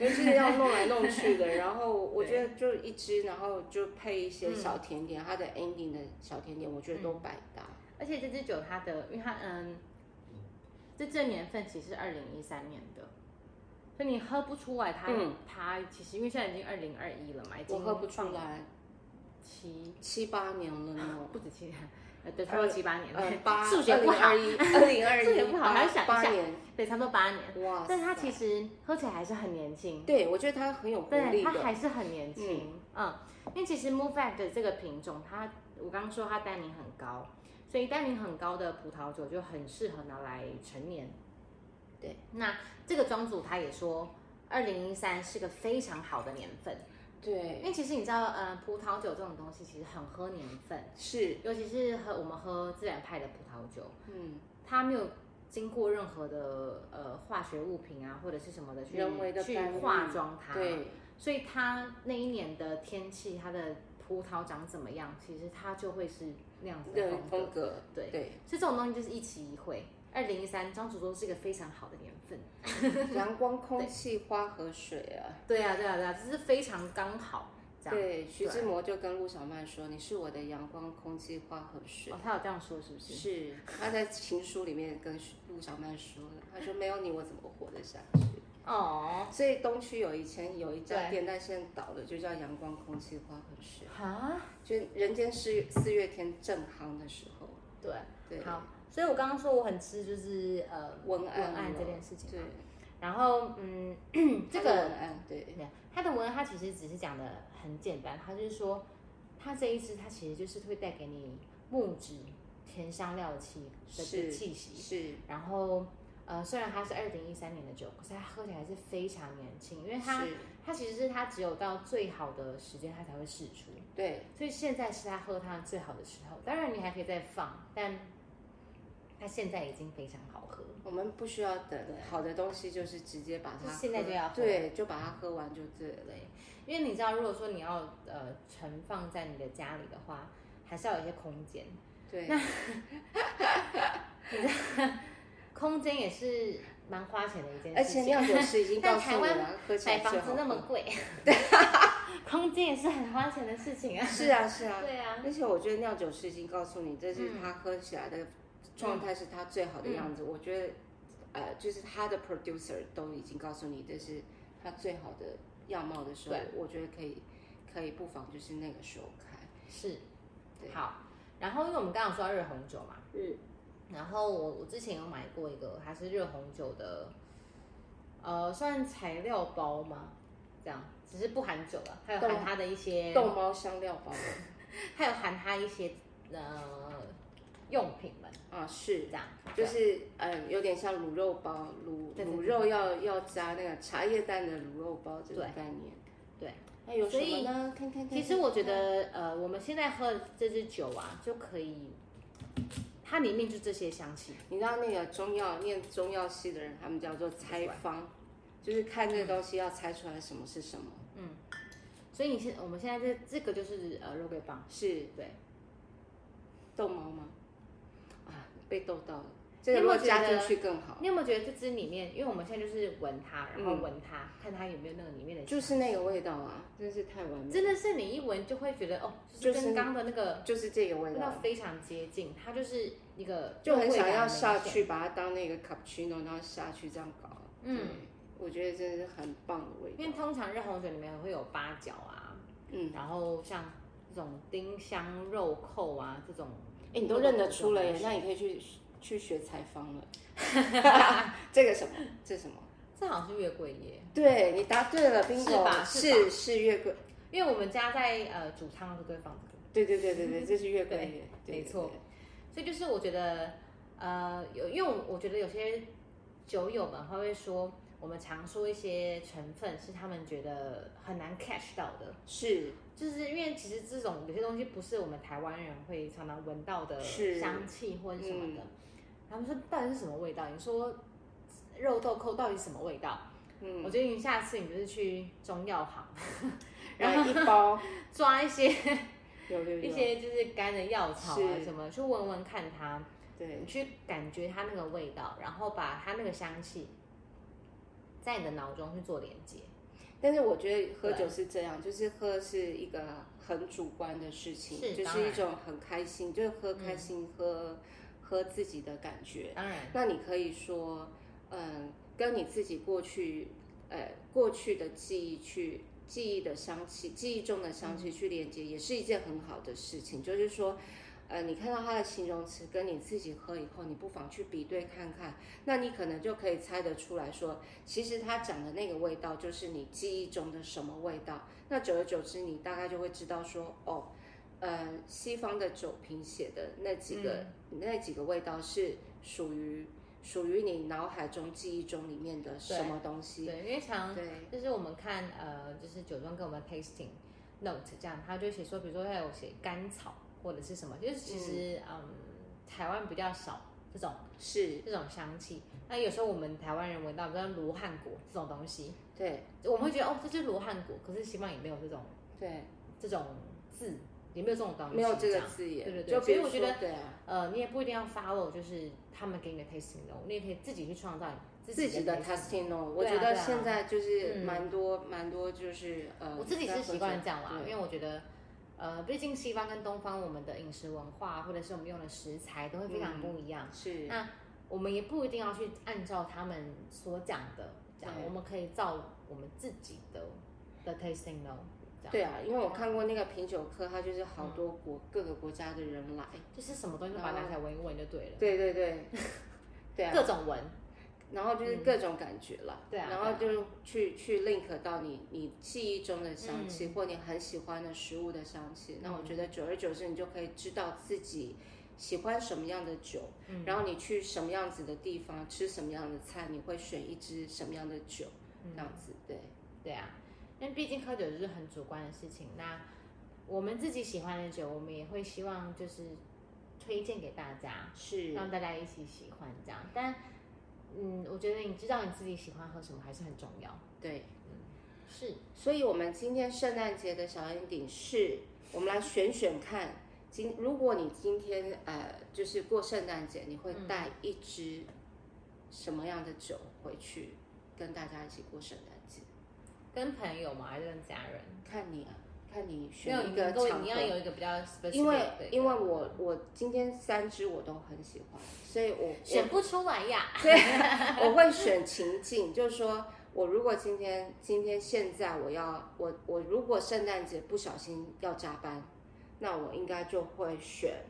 Speaker 2: 尤其是要弄来弄去 的，然后我觉得就一支，然后就配一些
Speaker 1: 嗯
Speaker 2: 小甜点，它的 ending 的小甜点，我觉得都百搭。
Speaker 1: 而且这支酒它的，因为它嗯，这支的年份其实是二零一三年的，所以你喝不出来它、
Speaker 2: 嗯
Speaker 1: 它其实因为现在已经二零二一了嘛，已经
Speaker 2: 我喝不出
Speaker 1: 放
Speaker 2: 来，
Speaker 1: 七嗯
Speaker 2: 七八年了呢，
Speaker 1: 不止七年，呃对，差不多七八年，
Speaker 2: 呃，八
Speaker 1: 数学不好，
Speaker 2: 二零 二一，二
Speaker 1: 数学
Speaker 2: 零
Speaker 1: 不好还
Speaker 2: 二
Speaker 1: 要
Speaker 2: 一，
Speaker 1: 想一下
Speaker 2: 八年，
Speaker 1: 对，差不多八年。
Speaker 2: 哇！
Speaker 1: 但是它其实喝起来还是很年轻，
Speaker 2: 对，我觉得它很有活
Speaker 1: 对，
Speaker 2: 力
Speaker 1: 它
Speaker 2: 的，
Speaker 1: 还是很年轻，嗯因为其实 m o o Fact 的这个品种，它我刚刚说它单宁很高，所以单宁很高的葡萄酒就很适合拿来陈年。
Speaker 2: 对，
Speaker 1: 那这个庄主他也说，二零一三是个非常好的年份，
Speaker 2: 对
Speaker 1: 因，为其实你知道，呃，葡萄酒这种东西其实很喝年份，
Speaker 2: 是，
Speaker 1: 尤其是喝我们喝自然派的葡萄酒，
Speaker 2: 嗯，
Speaker 1: 它没有经过任何的呃化学物品啊或者是什么的去
Speaker 2: 人为的
Speaker 1: 去
Speaker 2: 干预
Speaker 1: 化妆它，
Speaker 2: 对，
Speaker 1: 所以它那一年的天气，它的葡萄长怎么样，其实它就会是那样子的
Speaker 2: 的
Speaker 1: 风格。
Speaker 2: 风格，
Speaker 1: 对
Speaker 2: 对，
Speaker 1: 所以这种东西就是一期一会。二零一三，张主说是一个非常好的年份。
Speaker 2: 阳光、空气、花和水啊。
Speaker 1: 对啊，对啊，对啊，这是非常刚好这样。
Speaker 2: 对，徐志摩就跟陆小曼说：“你是我的阳光、空气、花和水。
Speaker 1: 哦，他有这样说是不是？
Speaker 2: 是，他在情书里面跟陆小曼说的，他说没有你我怎么活得下去？
Speaker 1: 哦，
Speaker 2: 所以东区有以前有一家
Speaker 1: 对
Speaker 2: 店，但现在倒了，就叫阳光空气花和水，
Speaker 1: 哈，
Speaker 2: 就人间四月四月天正夯的时候，
Speaker 1: 对，
Speaker 2: 对，
Speaker 1: 好。所以我刚刚说我很吃就是呃
Speaker 2: 文案
Speaker 1: 文案
Speaker 2: 了
Speaker 1: 这件事情嘛。
Speaker 2: 对，
Speaker 1: 然后嗯， 这
Speaker 2: 他的
Speaker 1: 个
Speaker 2: 文案对，
Speaker 1: 对它的文案，它其实只是讲的很简单，它就是说，它这一支它其实就是会带给你木质甜香料的气的
Speaker 2: 是
Speaker 1: 的气息。
Speaker 2: 是
Speaker 1: 然后呃，虽然它是二零一三年的酒，可是它喝起来是非常年轻，因为它
Speaker 2: 是，
Speaker 1: 它其实是它只有到最好的时间它才会试出，
Speaker 2: 对，
Speaker 1: 所以现在是它喝它最好的时候。当然你还可以再放，但它现在已经非常好喝。
Speaker 2: 我们不需要等好的东西，就是直接把它
Speaker 1: 就现在
Speaker 2: 喝
Speaker 1: 就要喝
Speaker 2: 对，就把它喝完就对了。
Speaker 1: 对，因为你知道，如果说你要呃存放在你的家里的话，还是要有一些空间。
Speaker 2: 对，
Speaker 1: 空间也是蛮花钱的一件
Speaker 2: 而
Speaker 1: 事
Speaker 2: 且
Speaker 1: 情，
Speaker 2: 酿酒师已经告
Speaker 1: 但
Speaker 2: 诉
Speaker 1: 台
Speaker 2: 我
Speaker 1: 湾
Speaker 2: 了，喝起来
Speaker 1: 买
Speaker 2: 最
Speaker 1: 房
Speaker 2: 好
Speaker 1: 子那么
Speaker 2: 喝
Speaker 1: 贵， 啊空间也是很花钱的事情啊。
Speaker 2: 是啊是啊，
Speaker 1: 对啊，嗯
Speaker 2: 而且我觉得酿酒师已经告诉你，这是他喝起来的状态是他最好的样子。我觉得，呃，就是他的 producer 都已经告诉你这是他最好的样貌的时候
Speaker 1: 对，
Speaker 2: 我觉得可以，可以不妨就是那个时候开。
Speaker 1: 是
Speaker 2: 对，
Speaker 1: 好。然后因为我们刚刚有说到热红酒嘛，
Speaker 2: 嗯，
Speaker 1: 然后我我之前有买过一个，它是热红酒的，呃，算材料包吗？这样，只是不含酒了，还有含
Speaker 2: 懂
Speaker 1: 它的一些，
Speaker 2: 逗猫香料包
Speaker 1: 还有含它一些呃用品们，
Speaker 2: 啊，是
Speaker 1: 这，样对
Speaker 2: 就是嗯，有点像卤肉包，卤
Speaker 1: 对对
Speaker 2: 卤
Speaker 1: 对
Speaker 2: 肉要要加那个茶叶蛋的卤肉包这个
Speaker 1: 对
Speaker 2: 概念。
Speaker 1: 对，
Speaker 2: 那有什
Speaker 1: 所
Speaker 2: 么
Speaker 1: 以
Speaker 2: 呢？看看看。
Speaker 1: 啊其实
Speaker 2: 看
Speaker 1: 我觉
Speaker 2: 看，
Speaker 1: 得，呃，我们现在喝的这支酒啊，就可以，它里面就这些香气。
Speaker 2: 你知道那个中药念中药系的人，他们叫做拆方，就是看这个东西要猜出来什么是什么。
Speaker 1: 所以你现我们现在这这个就是呃肉桂棒，
Speaker 2: 是
Speaker 1: 对，
Speaker 2: 逗猫吗？啊，被逗到了。这个
Speaker 1: 因
Speaker 2: 如
Speaker 1: 为
Speaker 2: 果
Speaker 1: 我
Speaker 2: 加
Speaker 1: 觉
Speaker 2: 进
Speaker 1: 得
Speaker 2: 去更好，
Speaker 1: 你有没有觉得这支里面，因为我们现在就是闻它，然后
Speaker 2: 嗯
Speaker 1: 闻它，看它有没有那个里面的香，
Speaker 2: 就是那个味道啊，真是太完美
Speaker 1: 真
Speaker 2: 了，
Speaker 1: 的是你一闻就会觉得哦，就
Speaker 2: 就
Speaker 1: 是是跟刚的那个
Speaker 2: 就是这个味
Speaker 1: 味道
Speaker 2: 道，啊
Speaker 1: 非常接近，它就是一个
Speaker 2: 就很
Speaker 1: 肉桂
Speaker 2: 想
Speaker 1: 感
Speaker 2: 要
Speaker 1: 很
Speaker 2: 下
Speaker 1: 明显。
Speaker 2: 去把它当那个 cappuccino，然后下去这样搞。
Speaker 1: 嗯
Speaker 2: 对，我觉得真的是很棒的味
Speaker 1: 因为
Speaker 2: 道。
Speaker 1: 通常热红酒里面会有八角啊，
Speaker 2: 嗯，
Speaker 1: 然后像这种丁香肉蔻啊这种，
Speaker 2: 哎，你都认得出了耶，那你可以去去学采访了。 这个什么？这什么？
Speaker 1: 这好像是月桂叶，
Speaker 2: 对你答对了，bingo，
Speaker 1: 吧是
Speaker 2: 是是月桂，
Speaker 1: 因为我们家在呃主仓的时候都会放这个，
Speaker 2: 对对对对对，这是月桂
Speaker 1: 对
Speaker 2: 叶，对
Speaker 1: 没
Speaker 2: 对
Speaker 1: 错所以就是我觉得呃有，因为我我觉得有些酒友们他会说，我们常说一些成分是他们觉得很难 catch 到的，
Speaker 2: 是
Speaker 1: 就是因为其实这种有些东西不是我们台湾人会常常闻到的
Speaker 2: 是嗯
Speaker 1: 香气或者什么的。他们说到底是什么味道？你说肉豆蔻到底是什么味道？
Speaker 2: 嗯，
Speaker 1: 我觉得你下次你就是去中药行
Speaker 2: 然 后一包
Speaker 1: 抓一些
Speaker 2: 有有有
Speaker 1: 一些就是干的药草啊
Speaker 2: 是
Speaker 1: 什么，去闻闻看它，
Speaker 2: 对
Speaker 1: 你去感觉它那个味道，然后把它那个香气在你的脑中去做连接。
Speaker 2: 但是我觉得喝
Speaker 1: 对
Speaker 2: 酒是这样，就是喝是一个很主观的事情，
Speaker 1: 是
Speaker 2: 就
Speaker 1: 当
Speaker 2: 是
Speaker 1: 然嗯
Speaker 2: 一种很开心，就是喝开心、喝喝自己的感觉。
Speaker 1: 当然，
Speaker 2: 那你可以说，嗯，跟你自己过去，呃，过去的记忆去。记忆的香气，记忆中的香气去连接，也是一件很好的事情。就是说，呃，你看到它的形容词跟你自己喝以后，你不妨去比对看看，那你可能就可以猜得出来说，其实他讲的那个味道就是你记忆中的什么味道。那久而久之，你大概就会知道说，哦，呃，西方的酒瓶写的那几个、那几个味道是属于属于你脑海中记忆中里面的什么东西。
Speaker 1: 对，因为常
Speaker 2: 对，
Speaker 1: 就是我们看呃，就是酒庄给我们 tasting note 这样，他就写说，比如说他有写甘草或者是什么，就是其实嗯台湾比较少这
Speaker 2: 嗯
Speaker 1: 种
Speaker 2: 是，
Speaker 1: 这种香气。那有时候我们台湾人闻到，比如说罗汉果这种东西，
Speaker 2: 对
Speaker 1: 我们会觉得哦，这就是罗汉果，可是西方也没有这种
Speaker 2: 对，
Speaker 1: 这种字，也没有这种东西，
Speaker 2: 没有这个
Speaker 1: 样
Speaker 2: 字眼。
Speaker 1: 对对对
Speaker 2: 就比
Speaker 1: 所以
Speaker 2: 如
Speaker 1: 我觉
Speaker 2: 说
Speaker 1: 得
Speaker 2: 对啊，
Speaker 1: 呃，你也不一定要 follow，就是他们给你的 tasting note，你也可以自己去创造你
Speaker 2: 自己的
Speaker 1: tasting note
Speaker 2: testing 哦，我
Speaker 1: 对啊
Speaker 2: 觉得
Speaker 1: 对啊
Speaker 2: 现在就是
Speaker 1: 嗯
Speaker 2: 蛮多蛮多就是呃，
Speaker 1: 我自己
Speaker 2: 在
Speaker 1: 是
Speaker 2: 喝
Speaker 1: 习惯
Speaker 2: 酒
Speaker 1: 这样啦，
Speaker 2: 对
Speaker 1: 因为我觉得，呃，毕竟西方跟东方我们的饮食文化或者是我们用的食材都会非
Speaker 2: 嗯
Speaker 1: 常不一样，
Speaker 2: 是
Speaker 1: 那我们也不一定要去按照他们所讲的讲，
Speaker 2: 对
Speaker 1: 我们可以照我们自己的的 tasting note，这样
Speaker 2: 对嗯啊，因为我看过那个品酒课，它就是好多国、各个国家的人来。
Speaker 1: 就是什么东西都把它拿起来闻一闻就对了，
Speaker 2: 对对 对，嗯对啊，
Speaker 1: 各种闻，
Speaker 2: 然后就是各种感觉了。
Speaker 1: 嗯对啊
Speaker 2: 然后就去去 link 到你你记忆中的
Speaker 1: 嗯
Speaker 2: 香气，或你很喜欢的食物的香气。那我觉得久而久之，你就可以知道自己。喜欢什么样的酒，
Speaker 1: 嗯
Speaker 2: 然后你去什么样子的地方吃什么样的菜，你会选一支什么样的酒，
Speaker 1: 嗯
Speaker 2: 这样子对。
Speaker 1: 对啊，因为毕竟喝酒就是很主观的事情，那我们自己喜欢的酒，我们也会希望就是推荐给大家。
Speaker 2: 是，
Speaker 1: 让大家一起喜欢这样。但嗯，我觉得你知道你自己喜欢喝什么还是很重要。
Speaker 2: 对。
Speaker 1: 是，
Speaker 2: 所以，我们今天圣诞节的小 ending 是，我们来选选看，今如果你今天呃，就是过圣诞节，你
Speaker 1: 嗯
Speaker 2: 会带一支什么样的酒回去跟大家一起过圣诞节？
Speaker 1: 跟朋友嘛，还是跟家人？
Speaker 2: 看你啊，看你
Speaker 1: 没
Speaker 2: 选
Speaker 1: 有，
Speaker 2: 一
Speaker 1: 你
Speaker 2: 个
Speaker 1: 各位
Speaker 2: 场
Speaker 1: 你要
Speaker 2: 合。
Speaker 1: 有一个比较 specific 的一个，
Speaker 2: 因为因为我我今天三支我都很喜欢，所以我我
Speaker 1: 选不出来呀。
Speaker 2: 对， 我会选情境，就是说我如果今天今天现在我要我我如果圣诞节不小心要加班，那我应该就会选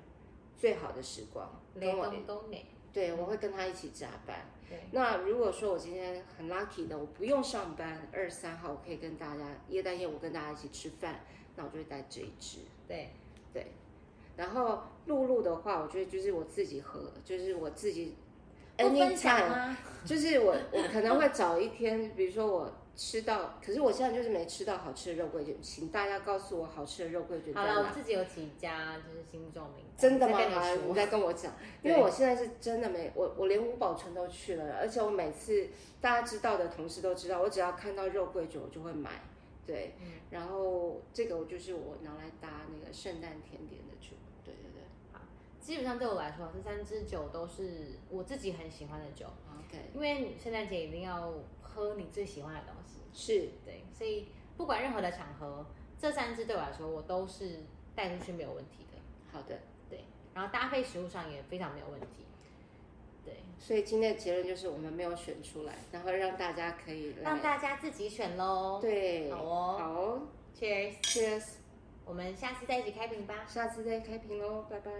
Speaker 2: 最好的时光，跟
Speaker 1: 雷
Speaker 2: 我
Speaker 1: 东东美，嗯
Speaker 2: 对，我会跟他一起加班。
Speaker 1: 对，
Speaker 2: 那如果说我今天很 lucky 的，我不用上班，二三号我可以跟大家耶诞夜，我跟大家一起吃饭，那我就会带这一支。
Speaker 1: 对，
Speaker 2: 然后露露的话，我觉得就是我自己喝，就是我自己
Speaker 1: 不分
Speaker 2: anytime
Speaker 1: 享啊吗？
Speaker 2: 就是我，我可能会找一天，比如说我吃到，可是我现在就是没吃到好吃的肉桂卷，请大家告诉我好吃的肉桂卷在
Speaker 1: 好了，我
Speaker 2: 哪。
Speaker 1: 自己有几家就是心中名单，
Speaker 2: 真的吗？
Speaker 1: 再跟你
Speaker 2: 你
Speaker 1: 说，
Speaker 2: 在跟 我讲，因为我现在是真的没我，我连五宝城都去了，而且我每次大家知道的同事都知道，我只要看到肉桂卷我就会买，对，
Speaker 1: 嗯
Speaker 2: 然后这个我就是我拿来搭那个圣诞甜点的酒，对对对
Speaker 1: 基本上对我来说，这三支酒都是我自己很喜欢的酒，
Speaker 2: ，OK，
Speaker 1: 因为你圣诞节一定要喝你最喜欢的东西，
Speaker 2: 是
Speaker 1: 对，所以不管任何的场合，这三支对我来说，我都是带出去没有问题的，
Speaker 2: 好的。
Speaker 1: 对，然后搭配食物上也非常没有问题，对，
Speaker 2: 所以今天的结论就是我们没有选出来，然后让大家可以嗯来
Speaker 1: 让大家自己选喽，
Speaker 2: 对，
Speaker 1: 好哦
Speaker 2: 好哦
Speaker 1: ，Cheers，
Speaker 2: ，Cheers，
Speaker 1: 我们下次再一起开瓶吧。
Speaker 2: 下次再开屏喽，拜拜。